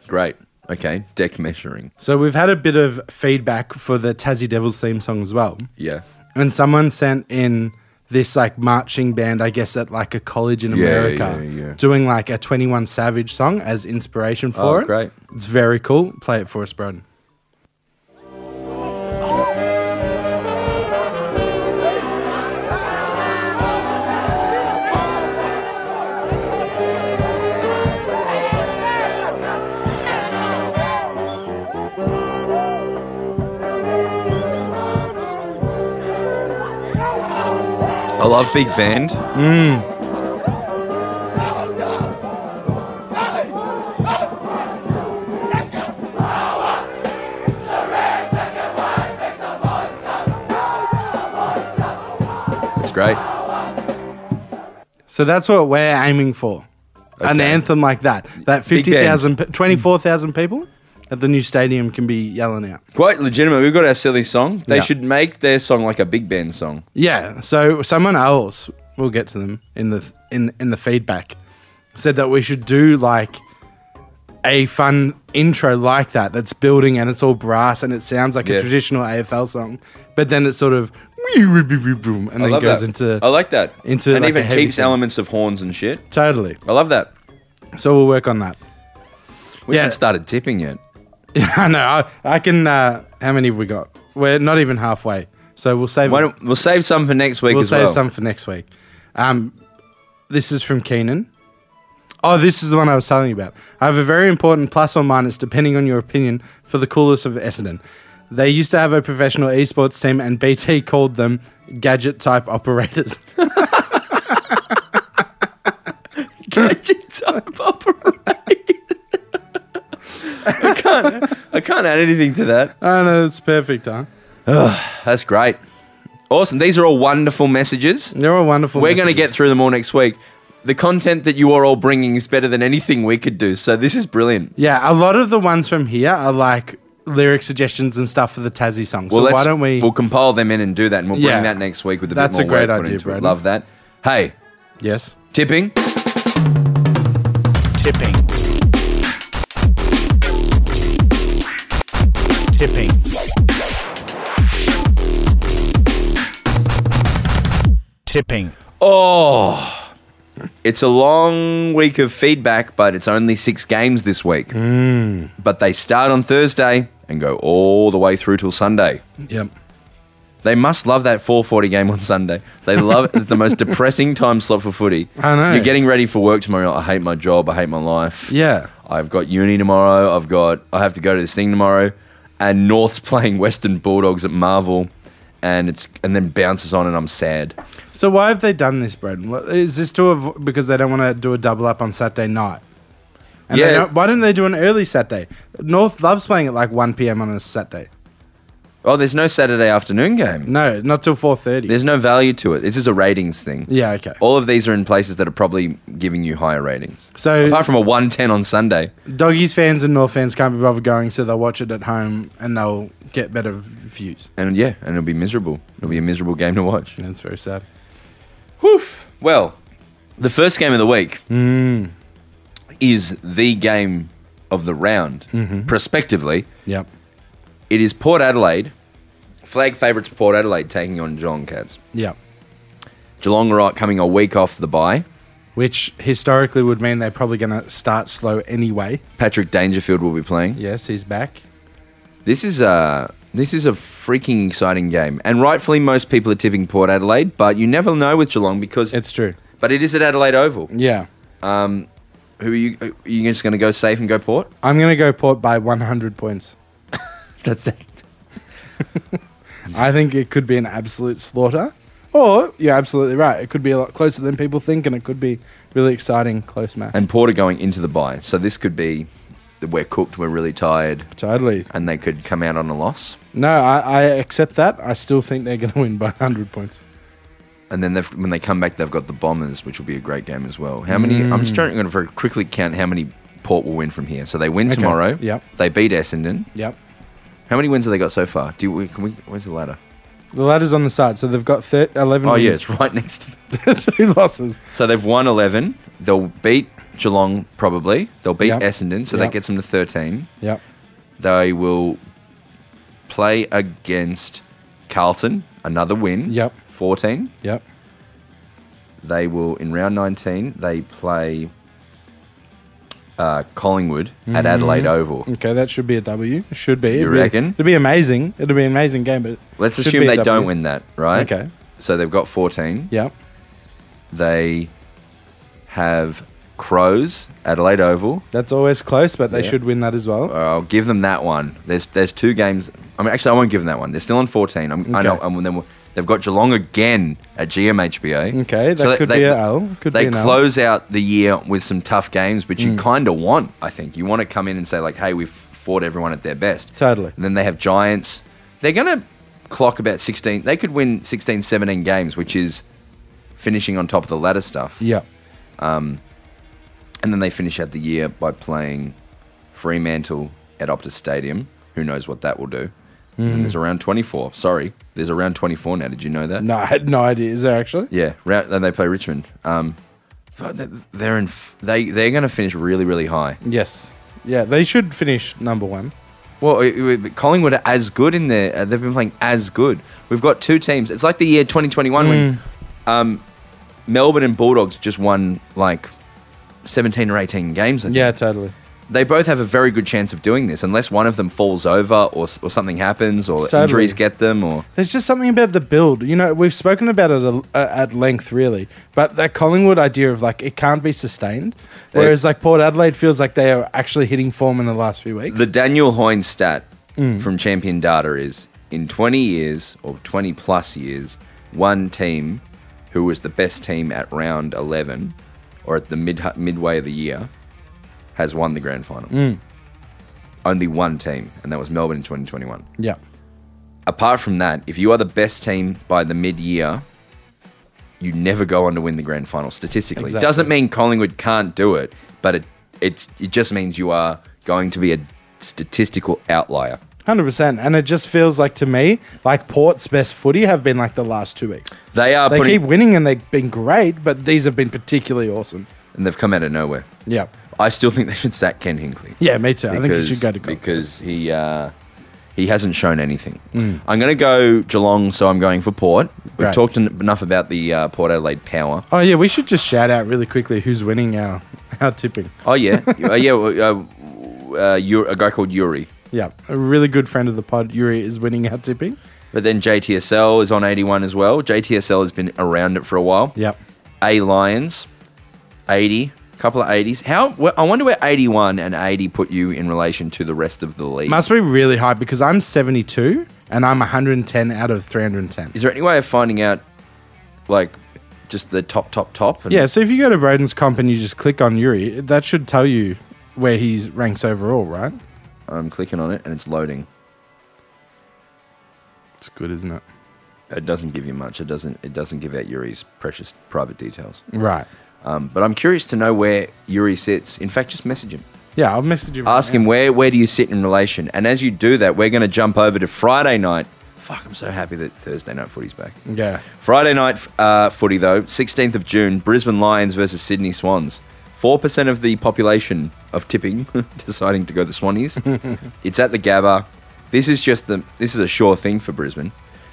Speaker 1: Great. Okay. Deck measuring.
Speaker 2: So we've had a bit of feedback for the Tassie Devils theme song as well.
Speaker 1: Yeah.
Speaker 2: and someone sent in this like marching band, I guess, at like a college in
Speaker 1: Yeah,
Speaker 2: America,
Speaker 1: yeah, yeah.
Speaker 2: doing like a Twenty One Savage song as inspiration for
Speaker 1: Oh,
Speaker 2: it.
Speaker 1: great.
Speaker 2: It's very cool. Play it for us, Broden.
Speaker 1: I love Big Band. It's great.
Speaker 2: So that's what we're aiming for. An
Speaker 1: Okay.
Speaker 2: anthem like that. That
Speaker 1: Big band.
Speaker 2: 50,000, pe- 24,000 people at the new stadium can be yelling out.
Speaker 1: Quite legitimate. We've got our silly song. They
Speaker 2: Yeah.
Speaker 1: should make their song like a big band song.
Speaker 2: Yeah, so someone else, we'll get to them in the in in the feedback, said that we should do like a fun intro like that that's building and it's all brass and it sounds like
Speaker 1: Yeah.
Speaker 2: a traditional AFL song, but then it sort of and
Speaker 1: I
Speaker 2: then
Speaker 1: love
Speaker 2: goes
Speaker 1: that.
Speaker 2: into
Speaker 1: I like that.
Speaker 2: into
Speaker 1: and
Speaker 2: like a
Speaker 1: even
Speaker 2: heavy
Speaker 1: keeps
Speaker 2: thing.
Speaker 1: elements of horns and shit.
Speaker 2: totally.
Speaker 1: I love that.
Speaker 2: So we'll work on that.
Speaker 1: We
Speaker 2: Yeah.
Speaker 1: haven't started tipping yet.
Speaker 2: I know. I, I can. Uh, how many have we got? We're not even halfway, so we'll save.
Speaker 1: Why don't, we'll save some for next week
Speaker 2: We'll
Speaker 1: as
Speaker 2: save
Speaker 1: well.
Speaker 2: some for next week. Um, this is from Keenan. Oh, this is the one I was telling you about. I have a very important plus or minus, depending on your opinion, for the coolest of Essendon. They used to have a professional esports team, and BT called them gadget type operators.
Speaker 1: I can't add anything to that.
Speaker 2: I know it's perfect, huh?
Speaker 1: That's great. Awesome. These are all wonderful messages.
Speaker 2: They're all wonderful.
Speaker 1: We're going to
Speaker 2: messages.
Speaker 1: get through them all next week. The content that you are all bringing is better than anything we could do. So this is brilliant.
Speaker 2: Yeah, a lot of the ones from here are like lyric suggestions and stuff for the Tassie song. So
Speaker 1: let's-
Speaker 2: why don't we?
Speaker 1: We'll compile them in and do that, and we'll bring
Speaker 2: Yeah.
Speaker 1: that next week with a
Speaker 2: That's
Speaker 1: bit
Speaker 2: a
Speaker 1: more
Speaker 2: great
Speaker 1: work put
Speaker 2: idea,
Speaker 1: into it.
Speaker 2: Brayden.
Speaker 1: Love that. Hey,
Speaker 2: yes.
Speaker 1: tipping.
Speaker 7: Tipping. Tipping. Tipping.
Speaker 1: Oh, it's a long week of feedback, but it's only six games this week.
Speaker 2: Hmm.
Speaker 1: But they start on Thursday and go all the way through till Sunday.
Speaker 2: Yep.
Speaker 1: They must love that 4:40 game on Sunday. They love it at the most depressing time slot for footy.
Speaker 2: I know.
Speaker 1: You're getting ready for work tomorrow. I hate my job. I hate my life.
Speaker 2: Yeah.
Speaker 1: I've got uni tomorrow. I've got I have to go to this thing tomorrow, and North's playing Western Bulldogs at Marvel, and it's and then bounces on, and I'm sad.
Speaker 2: So why have they done this, Braden? What- Is this to avo- because they don't want to do a double up on Saturday night? And they
Speaker 1: Yeah.
Speaker 2: don't- why didn't they do an early Saturday? North loves playing at like one p.m. on a Saturday.
Speaker 1: Oh, there's no Saturday afternoon game.
Speaker 2: No, not till four thirty.
Speaker 1: There's no value to it. This is a ratings thing.
Speaker 2: Yeah, okay.
Speaker 1: All of these are in places that are probably giving you higher ratings.
Speaker 2: So-
Speaker 1: apart from a 110 on Sunday,
Speaker 2: Doggies fans and North fans can't be bothered going, so they'll watch it at home and they'll get better views.
Speaker 1: and yeah, and it'll be miserable. It'll be a miserable game to watch.
Speaker 2: And it's very sad.
Speaker 1: Woof. Well, the first game of the week is the game of the round. Prospectively,
Speaker 2: Yep.
Speaker 1: it is Port Adelaide, flag favourites Port Adelaide taking on Geelong Cats.
Speaker 2: Yep.
Speaker 1: Geelong are right coming a week off the bye.
Speaker 2: Which historically would mean they're probably going to start slow anyway.
Speaker 1: Patrick Dangerfield will be playing.
Speaker 2: Yes, he's back.
Speaker 1: This is a this is a freaking exciting game, and rightfully most people are tipping Port Adelaide, but you never know with Geelong because
Speaker 2: It's Mm. true.
Speaker 1: But it is at Adelaide Oval.
Speaker 2: Yeah.
Speaker 1: Who are you? Are you just going to go safe and go Port?
Speaker 2: I'm going to go Port by 100 points.
Speaker 1: That's that.
Speaker 2: I think it could be an absolute slaughter. Or you're absolutely right. It could be a lot closer than people think, and it could be really exciting close match.
Speaker 1: and Port are going into the bye. So this could be that we're cooked, we're really tired,
Speaker 2: totally.
Speaker 1: and they could come out on a loss.
Speaker 2: No, I, I accept that. I still think they're going to win by 100 points.
Speaker 1: And then they've, when they come back, they've got the Bombers, which will be a great game as well. How many? I'm
Speaker 2: Mm.
Speaker 1: just trying to very quickly count how many Port will win from here. So they win
Speaker 2: Okay.
Speaker 1: tomorrow.
Speaker 2: Yep.
Speaker 1: They beat Essendon.
Speaker 2: Yep.
Speaker 1: How many wins have they got so far? Do you, can we? Where's the ladder?
Speaker 2: The ladder's on the side, so they've got thir- 11
Speaker 1: Oh
Speaker 2: wins,
Speaker 1: yeah, it's right next. to them.
Speaker 2: two losses.
Speaker 1: So they've won 11. They'll beat Geelong probably. They'll beat
Speaker 2: Yep.
Speaker 1: Essendon, so
Speaker 2: Yep.
Speaker 1: that gets them to 13.
Speaker 2: Yep.
Speaker 1: They will play against Carlton, another win.
Speaker 2: Yep.
Speaker 1: 14.
Speaker 2: Yep.
Speaker 1: They will, in round 19, they play uh, Collingwood
Speaker 2: Mm-hmm.
Speaker 1: at Adelaide Oval.
Speaker 2: Okay, that should be a W. It should be. It'd
Speaker 1: You
Speaker 2: be-
Speaker 1: reckon?
Speaker 2: It'd be amazing. It'd be an amazing game, but it
Speaker 1: Let's
Speaker 2: should
Speaker 1: assume
Speaker 2: be a
Speaker 1: they
Speaker 2: W.
Speaker 1: don't win that, right?
Speaker 2: Okay.
Speaker 1: So they've got 14.
Speaker 2: Yep.
Speaker 1: They have Crows, Adelaide Oval.
Speaker 2: That's always close, but they
Speaker 1: Yeah.
Speaker 2: should win that as well.
Speaker 1: I'll give them that one. There's there's two games. I mean, actually, I won't give them that one. They're still on 14. I'm, I
Speaker 2: Okay.
Speaker 1: know. And then we'll- they've got Geelong again at GMHBA.
Speaker 2: Okay, that
Speaker 1: they-
Speaker 2: could
Speaker 1: they-
Speaker 2: be a L, could
Speaker 1: they
Speaker 2: be an L. Mm.
Speaker 1: close out the year with some tough games, which you kind of want. I think you want to come in and say like, "Hey, we've fought everyone at their best."
Speaker 2: Totally.
Speaker 1: And then they have Giants. They're gonna clock about 16. They could win 16, 17 games, which is finishing on top of the ladder stuff.
Speaker 2: Yep.
Speaker 1: And then they finish out the year by playing Fremantle at Optus Stadium. Who knows what that will do? And there's around 24. Sorry, there's around 24 now. Did you know that?
Speaker 2: No, I had no idea. Is there actually?
Speaker 1: Yeah, round, then they play Richmond. Um, but they- they're in. f- They they're going to finish really really high.
Speaker 2: Yes. Yeah, they should finish number one.
Speaker 1: Well, it- it- Collingwood are as good in there. uh, They've been playing as good. We've got two teams. It's like the year 2021 when um,
Speaker 2: Mm.
Speaker 1: Melbourne and Bulldogs just won like 17 or 18 games. I think.
Speaker 2: Yeah, totally.
Speaker 1: They both have a very good chance of doing this unless one of them falls over or, s- or something happens or
Speaker 2: Totally.
Speaker 1: injuries get them or.
Speaker 2: There's just something about the build. You know, we've spoken about it a, a, at length, really. But that Collingwood idea of like it can't be sustained, whereas like Port Adelaide feels like they are actually hitting form in the last few weeks.
Speaker 1: The Daniel Hoyne stat from Champion Data is in 20 years or 20 plus years, one team who was the best team at round 11 or at the mid- midway of the year has won the grand final. Only one team, and that was Melbourne in 2021.
Speaker 2: yeah,
Speaker 1: Apart from that, if you are the best team by the mid year, you never go on to win the grand final statistically.
Speaker 2: Exactly.
Speaker 1: Doesn't mean Collingwood can't do it, but it it's, it just means you are going to be a statistical outlier.
Speaker 2: hundred percent. And it just feels like to me, like Port's best footy have been like the last two weeks.
Speaker 1: They are
Speaker 2: They
Speaker 1: putting,
Speaker 2: keep winning and they've been great, but these have been particularly awesome.
Speaker 1: and they've come out of nowhere.
Speaker 2: Yeah,
Speaker 1: I still think they should sack Ken Hinkley.
Speaker 2: yeah, me too. I think you should go to Collingwood.
Speaker 1: because he uh, he hasn't shown anything. I'm going to go Geelong, so I'm going for Port. We've
Speaker 2: Mm. Right.
Speaker 1: talked en- enough about the uh, Port Adelaide Power.
Speaker 2: Oh yeah, we should just shout out really quickly who's winning our our tipping.
Speaker 1: Oh yeah, uh, yeah, uh, uh, Uri- a guy called Yuri.
Speaker 2: Yeah, a really good friend of the pod, Yuri, is winning our tipping.
Speaker 1: But then JTSL is on 81 as well. JTSL has been around it for a while.
Speaker 2: Yep.
Speaker 1: A Lions, 80, couple of 80s. How wh- I wonder where 81 and 80 put you in relation to the rest of the league.
Speaker 2: Must be really high because I'm 72 and I'm 110 out of 310.
Speaker 1: is there any way of finding out, like, just the top, top, top? And
Speaker 2: Yeah, so if you go to Broden's comp and you just click on Yuri, that should tell you where he ranks overall, right?
Speaker 1: I'm clicking on it and it's loading.
Speaker 2: It's good, isn't it?
Speaker 1: It doesn't give you much. It doesn't. It doesn't give out Yuri's precious private details.
Speaker 2: Right.
Speaker 1: Um, but I'm curious to know where Yuri sits. In fact, just message him.
Speaker 2: Yeah, I'll message you.
Speaker 1: ask him where where do you sit in relation and as you do that we're going to jump over to friday night fuck i'm so happy that thursday night footy's back
Speaker 2: Yeah.
Speaker 1: friday night uh, footy though 16th of june brisbane lions versus sydney swans 4% of the population of tipping deciding to go the swannies it's at the gabba this is just the this is a sure thing for brisbane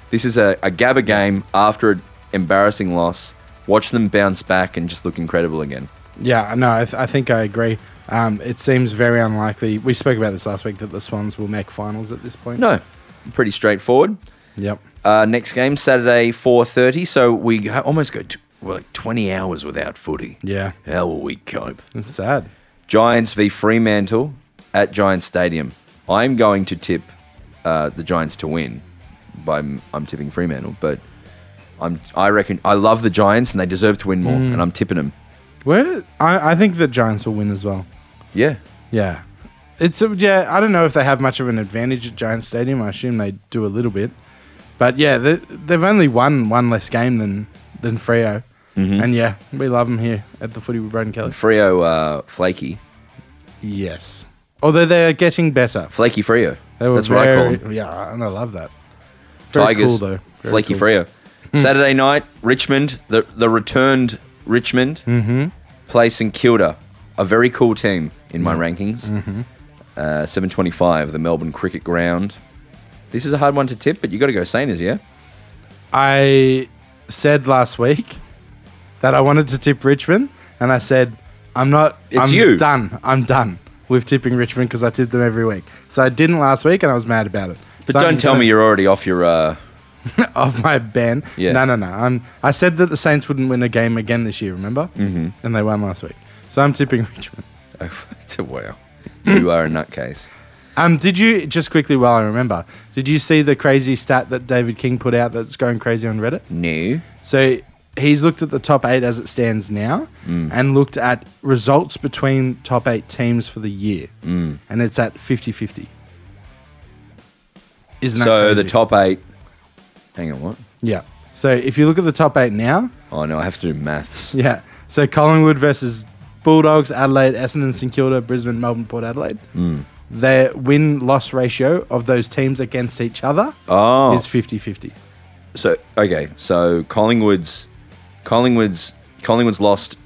Speaker 1: this is a, a gabba game after an embarrassing loss watch them bounce back and just look incredible again
Speaker 2: Yeah, no, I, th- I think I agree. Um, it seems very unlikely. We spoke about this last week that the Swans will make finals at this point.
Speaker 1: no pretty straightforward
Speaker 2: Yep.
Speaker 1: Uh, next game Saturday four thirty. So we ha- almost go t- well, like twenty hours without footy.
Speaker 2: Yeah.
Speaker 1: How will we cope?
Speaker 2: It's sad.
Speaker 1: Giants v Fremantle at Giants Stadium. I'm going to tip uh, the Giants to win. By m- I'm tipping Fremantle, but I'm I reckon I love the Giants and they deserve to win more,
Speaker 2: Mm.
Speaker 1: and I'm tipping them.
Speaker 2: Where I, I think the Giants will win as well.
Speaker 1: Yeah,
Speaker 2: Yeah. It's a, yeah, I don't know if they have much of an advantage at Giant Stadium. I assume they do a little bit. But yeah, they, they've only won one less game than than Freo.
Speaker 1: Mm-hmm.
Speaker 2: And yeah, we love them here at the footy with Braden Kelly.
Speaker 1: Frio uh, flaky,
Speaker 2: Yes. Although they're getting better.
Speaker 1: flaky Frio.
Speaker 2: They were
Speaker 1: That's what I
Speaker 2: very,
Speaker 1: call them.
Speaker 2: Yeah, and I love that. Very
Speaker 1: Tigers,
Speaker 2: cool though. Very
Speaker 1: Flaky
Speaker 2: cool. Hmm.
Speaker 1: Freo. Saturday night, Richmond, the the returned Richmond,
Speaker 2: Mm-hmm.
Speaker 1: play St Kilda, a very cool team in
Speaker 2: Mm.
Speaker 1: my rankings.
Speaker 2: Mm-hmm.
Speaker 1: Uh, Seven twenty-five, the Melbourne Cricket Ground. This is a hard one to tip, but you got to go Saners, yeah.
Speaker 2: I said last week that I wanted to tip Richmond, and I said I'm not.
Speaker 1: It's
Speaker 2: I'm
Speaker 1: you.
Speaker 2: done. I'm done with tipping Richmond because I tip them every week. So I didn't last week, and I was mad about it.
Speaker 1: But
Speaker 2: So I'm
Speaker 1: don't tell
Speaker 2: gonna-
Speaker 1: me you're already off your. Uh,
Speaker 2: off my ban.
Speaker 1: Yeah.
Speaker 2: No, no, no. I'm, I said that the Saints wouldn't win a game again this year. Remember? Mm-hmm. And they won last week. So I'm tipping Richmond.
Speaker 1: wow, you are a nutcase.
Speaker 2: Um, did you just quickly while I remember? Did you see the crazy stat that David King put out that's going crazy on Reddit?
Speaker 1: New.
Speaker 2: So he's looked at the top eight as it stands now
Speaker 1: Mm.
Speaker 2: and looked at results between top eight teams for the year. Mm. And it's at 50 50. Isn't that
Speaker 1: So the
Speaker 2: crazy?
Speaker 1: top eight. Hang on, what?
Speaker 2: Yeah. So if you look at the top eight now,
Speaker 1: Oh no, I have to do maths.
Speaker 2: yeah.
Speaker 1: Mm.
Speaker 2: So Collingwood versus Bulldogs, Adelaide, Essendon, St Kilda, Brisbane, Melbourne, Port Adelaide. their win loss ratio of those teams against each other
Speaker 1: Oh.
Speaker 2: is 50 50.
Speaker 1: So okay, so Collingwood's Collingwood's Collingwood's lost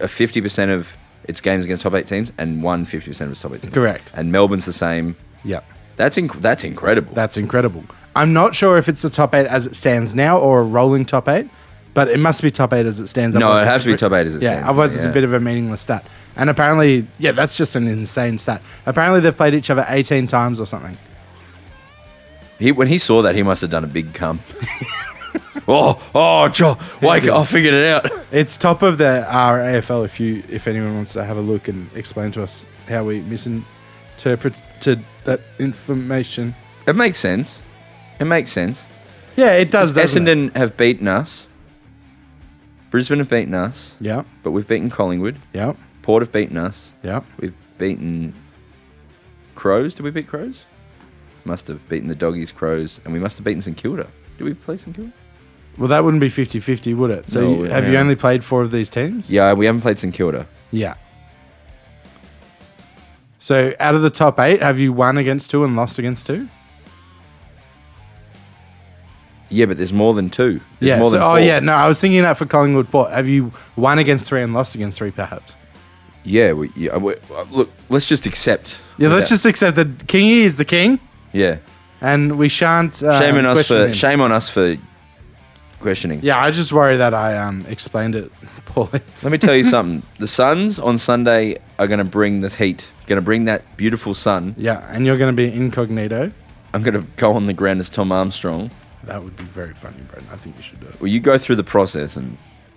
Speaker 1: uh, fifty percent of its games against top eight teams and won fifty percent of its top eight teams.
Speaker 2: Correct.
Speaker 1: And Melbourne's the same.
Speaker 2: Yep.
Speaker 1: That's inc- that's incredible.
Speaker 2: That's incredible. I'm not sure if it's the top eight as it stands now or a rolling top eight, but it must be top eight as it stands.
Speaker 1: No,
Speaker 2: otherwise
Speaker 1: it has
Speaker 2: it's
Speaker 1: to be
Speaker 2: re-
Speaker 1: top eight as it
Speaker 2: yeah,
Speaker 1: stands,
Speaker 2: Otherwise, it's
Speaker 1: yeah.
Speaker 2: a bit of a meaningless stat. And apparently, yeah, that's just an insane stat. Apparently, they've played each other 18 times or something.
Speaker 1: he, when he saw that, he must have done a big cum. oh, oh, Joe, wake! up, I figured it out.
Speaker 2: It's top of the RAFL. If you, if anyone wants to have a look and explain to us how we misinterpreted that information,
Speaker 1: It makes sense. It makes sense.
Speaker 2: yeah, it does. doesn't it?
Speaker 1: Essendon have beaten us. Brisbane have beaten us,
Speaker 2: Yeah,
Speaker 1: but we've beaten Collingwood.
Speaker 2: yeah,
Speaker 1: Port have beaten us.
Speaker 2: yeah.
Speaker 1: We've beaten Crows. Did we beat Crows? Must have beaten the Doggies, Crows, and we must have beaten St Kilda. Did we play St Kilda?
Speaker 2: Well, that wouldn't be 50-50, would it? So,
Speaker 1: No,
Speaker 2: you, have you
Speaker 1: yeah.
Speaker 2: only played four of these teams?
Speaker 1: Yeah, we haven't played St Kilda.
Speaker 2: Yeah. So out of the top eight, have you won against two and lost against two?
Speaker 1: Yeah, but there's more than two. There's
Speaker 2: yeah.
Speaker 1: more
Speaker 2: so-
Speaker 1: than
Speaker 2: oh
Speaker 1: four.
Speaker 2: yeah. No, I was thinking that for Collingwood Port. Have you won against three and lost against three, perhaps?
Speaker 1: Yeah, we, yeah we, uh, look, let's just accept.
Speaker 2: Yeah.
Speaker 1: that-
Speaker 2: Let's just accept that Kingy is the king,
Speaker 1: Yeah.
Speaker 2: and we shan't. Uh,
Speaker 1: Shame on us
Speaker 2: question
Speaker 1: for
Speaker 2: him.
Speaker 1: shame on us for questioning.
Speaker 2: Yeah, I just worry that I um explained it poorly.
Speaker 1: Let me tell you something. The Suns on Sunday are going to bring the heat. Going to bring that beautiful sun.
Speaker 2: Yeah, and you're going to be incognito.
Speaker 1: I'm going to go on the ground as Tom Armstrong.
Speaker 2: That would be very funny, Brendan. I think you should do it.
Speaker 1: Well, you go through the process, and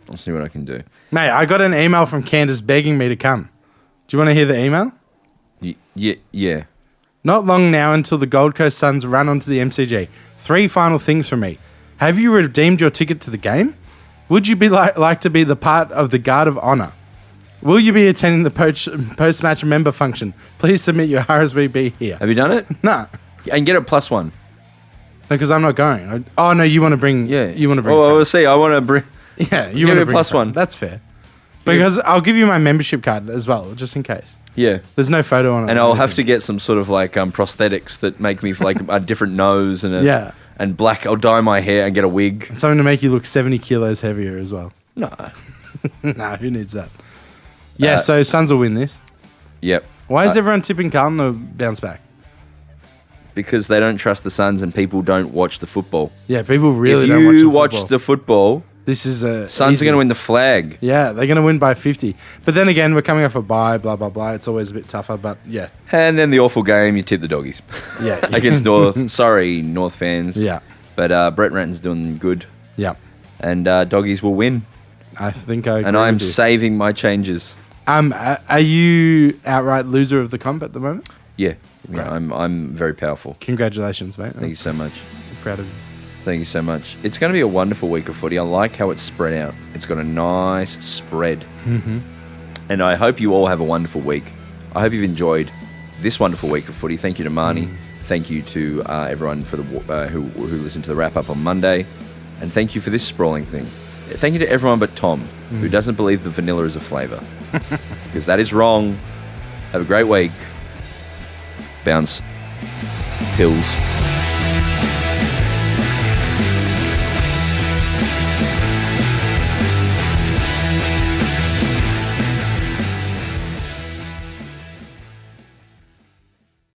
Speaker 1: I'll see what I can do.
Speaker 2: Mate, I got an email from Candace begging me to come. Do you want to hear the email?
Speaker 1: Y- yeah, yeah.
Speaker 2: Not long now until the Gold Coast Suns run onto the MCG. Three final things from me. Have you redeemed your ticket to the game? Would you be li- like to be the part of the Guard of Honor? Will you be attending the post match member function? Please submit your RSVP here.
Speaker 1: Have you done it?
Speaker 2: Nah,
Speaker 1: And get a plus one.
Speaker 2: because I'm not going. I- oh no, you want to bring?
Speaker 1: Yeah.
Speaker 2: you want to bring?
Speaker 1: Oh, well,
Speaker 2: friends.
Speaker 1: we'll see. I want to bring.
Speaker 2: yeah, you
Speaker 1: give me
Speaker 2: want to
Speaker 1: a
Speaker 2: bring
Speaker 1: plus
Speaker 2: friends.
Speaker 1: one.
Speaker 2: That's fair. Because I'll give you my membership card as well, just in case.
Speaker 1: Yeah.
Speaker 2: There's no photo on it.
Speaker 1: And
Speaker 2: or
Speaker 1: I'll have
Speaker 2: anything.
Speaker 1: to get some sort of like um, prosthetics that make me like a different nose and a,
Speaker 2: Yeah.
Speaker 1: and black. I'll dye my hair and get a wig.
Speaker 2: something to make you look 70 kilos heavier as well.
Speaker 1: No.
Speaker 2: Nah, who needs that? Uh, Yeah, so Suns will win this.
Speaker 1: Yep.
Speaker 2: Why is
Speaker 1: Uh,
Speaker 2: everyone tipping Carlton to bounce back?
Speaker 1: Because they don't trust the Suns and people don't watch the football.
Speaker 2: Yeah, people really
Speaker 1: if
Speaker 2: don't
Speaker 1: you
Speaker 2: watch,
Speaker 1: watch the football,
Speaker 2: This is a
Speaker 1: Suns
Speaker 2: easy-
Speaker 1: are going to win the flag.
Speaker 2: Yeah, they're going to win by 50. But then again, we're coming off a bye, blah blah blah. It's always a bit tougher, but yeah,
Speaker 1: And then the awful game, you tip the doggies
Speaker 2: yeah,
Speaker 1: against North. Sorry, North fans.
Speaker 2: Yeah.
Speaker 1: But uh, Brett Ranton's doing good,
Speaker 2: yeah.
Speaker 1: and uh, doggies will win.
Speaker 2: I think I agree
Speaker 1: and I'm
Speaker 2: with you.
Speaker 1: saving my changes.
Speaker 2: um, a- are you outright loser of the comp at the moment?
Speaker 1: Yeah, yeah,
Speaker 2: Right.
Speaker 1: I'm I'm very powerful.
Speaker 2: Congratulations, mate.
Speaker 1: Thank
Speaker 2: I'm
Speaker 1: you so much.
Speaker 2: proud of you.
Speaker 1: Thank you so much. It's going to be a wonderful week of footy. I like how it's spread out. It's got a nice spread. Mm-hmm. And I hope you all have a wonderful week. I hope you've enjoyed this wonderful week of footy. Thank you to Marnie. Thank you to uh, everyone for the wa- uh, who who listened to the wrap up on Monday, and thank you for this sprawling thing. Thank you to everyone but Tom, who doesn't believe that vanilla is a flavour, because that is wrong. Have a great week. Bounce pills.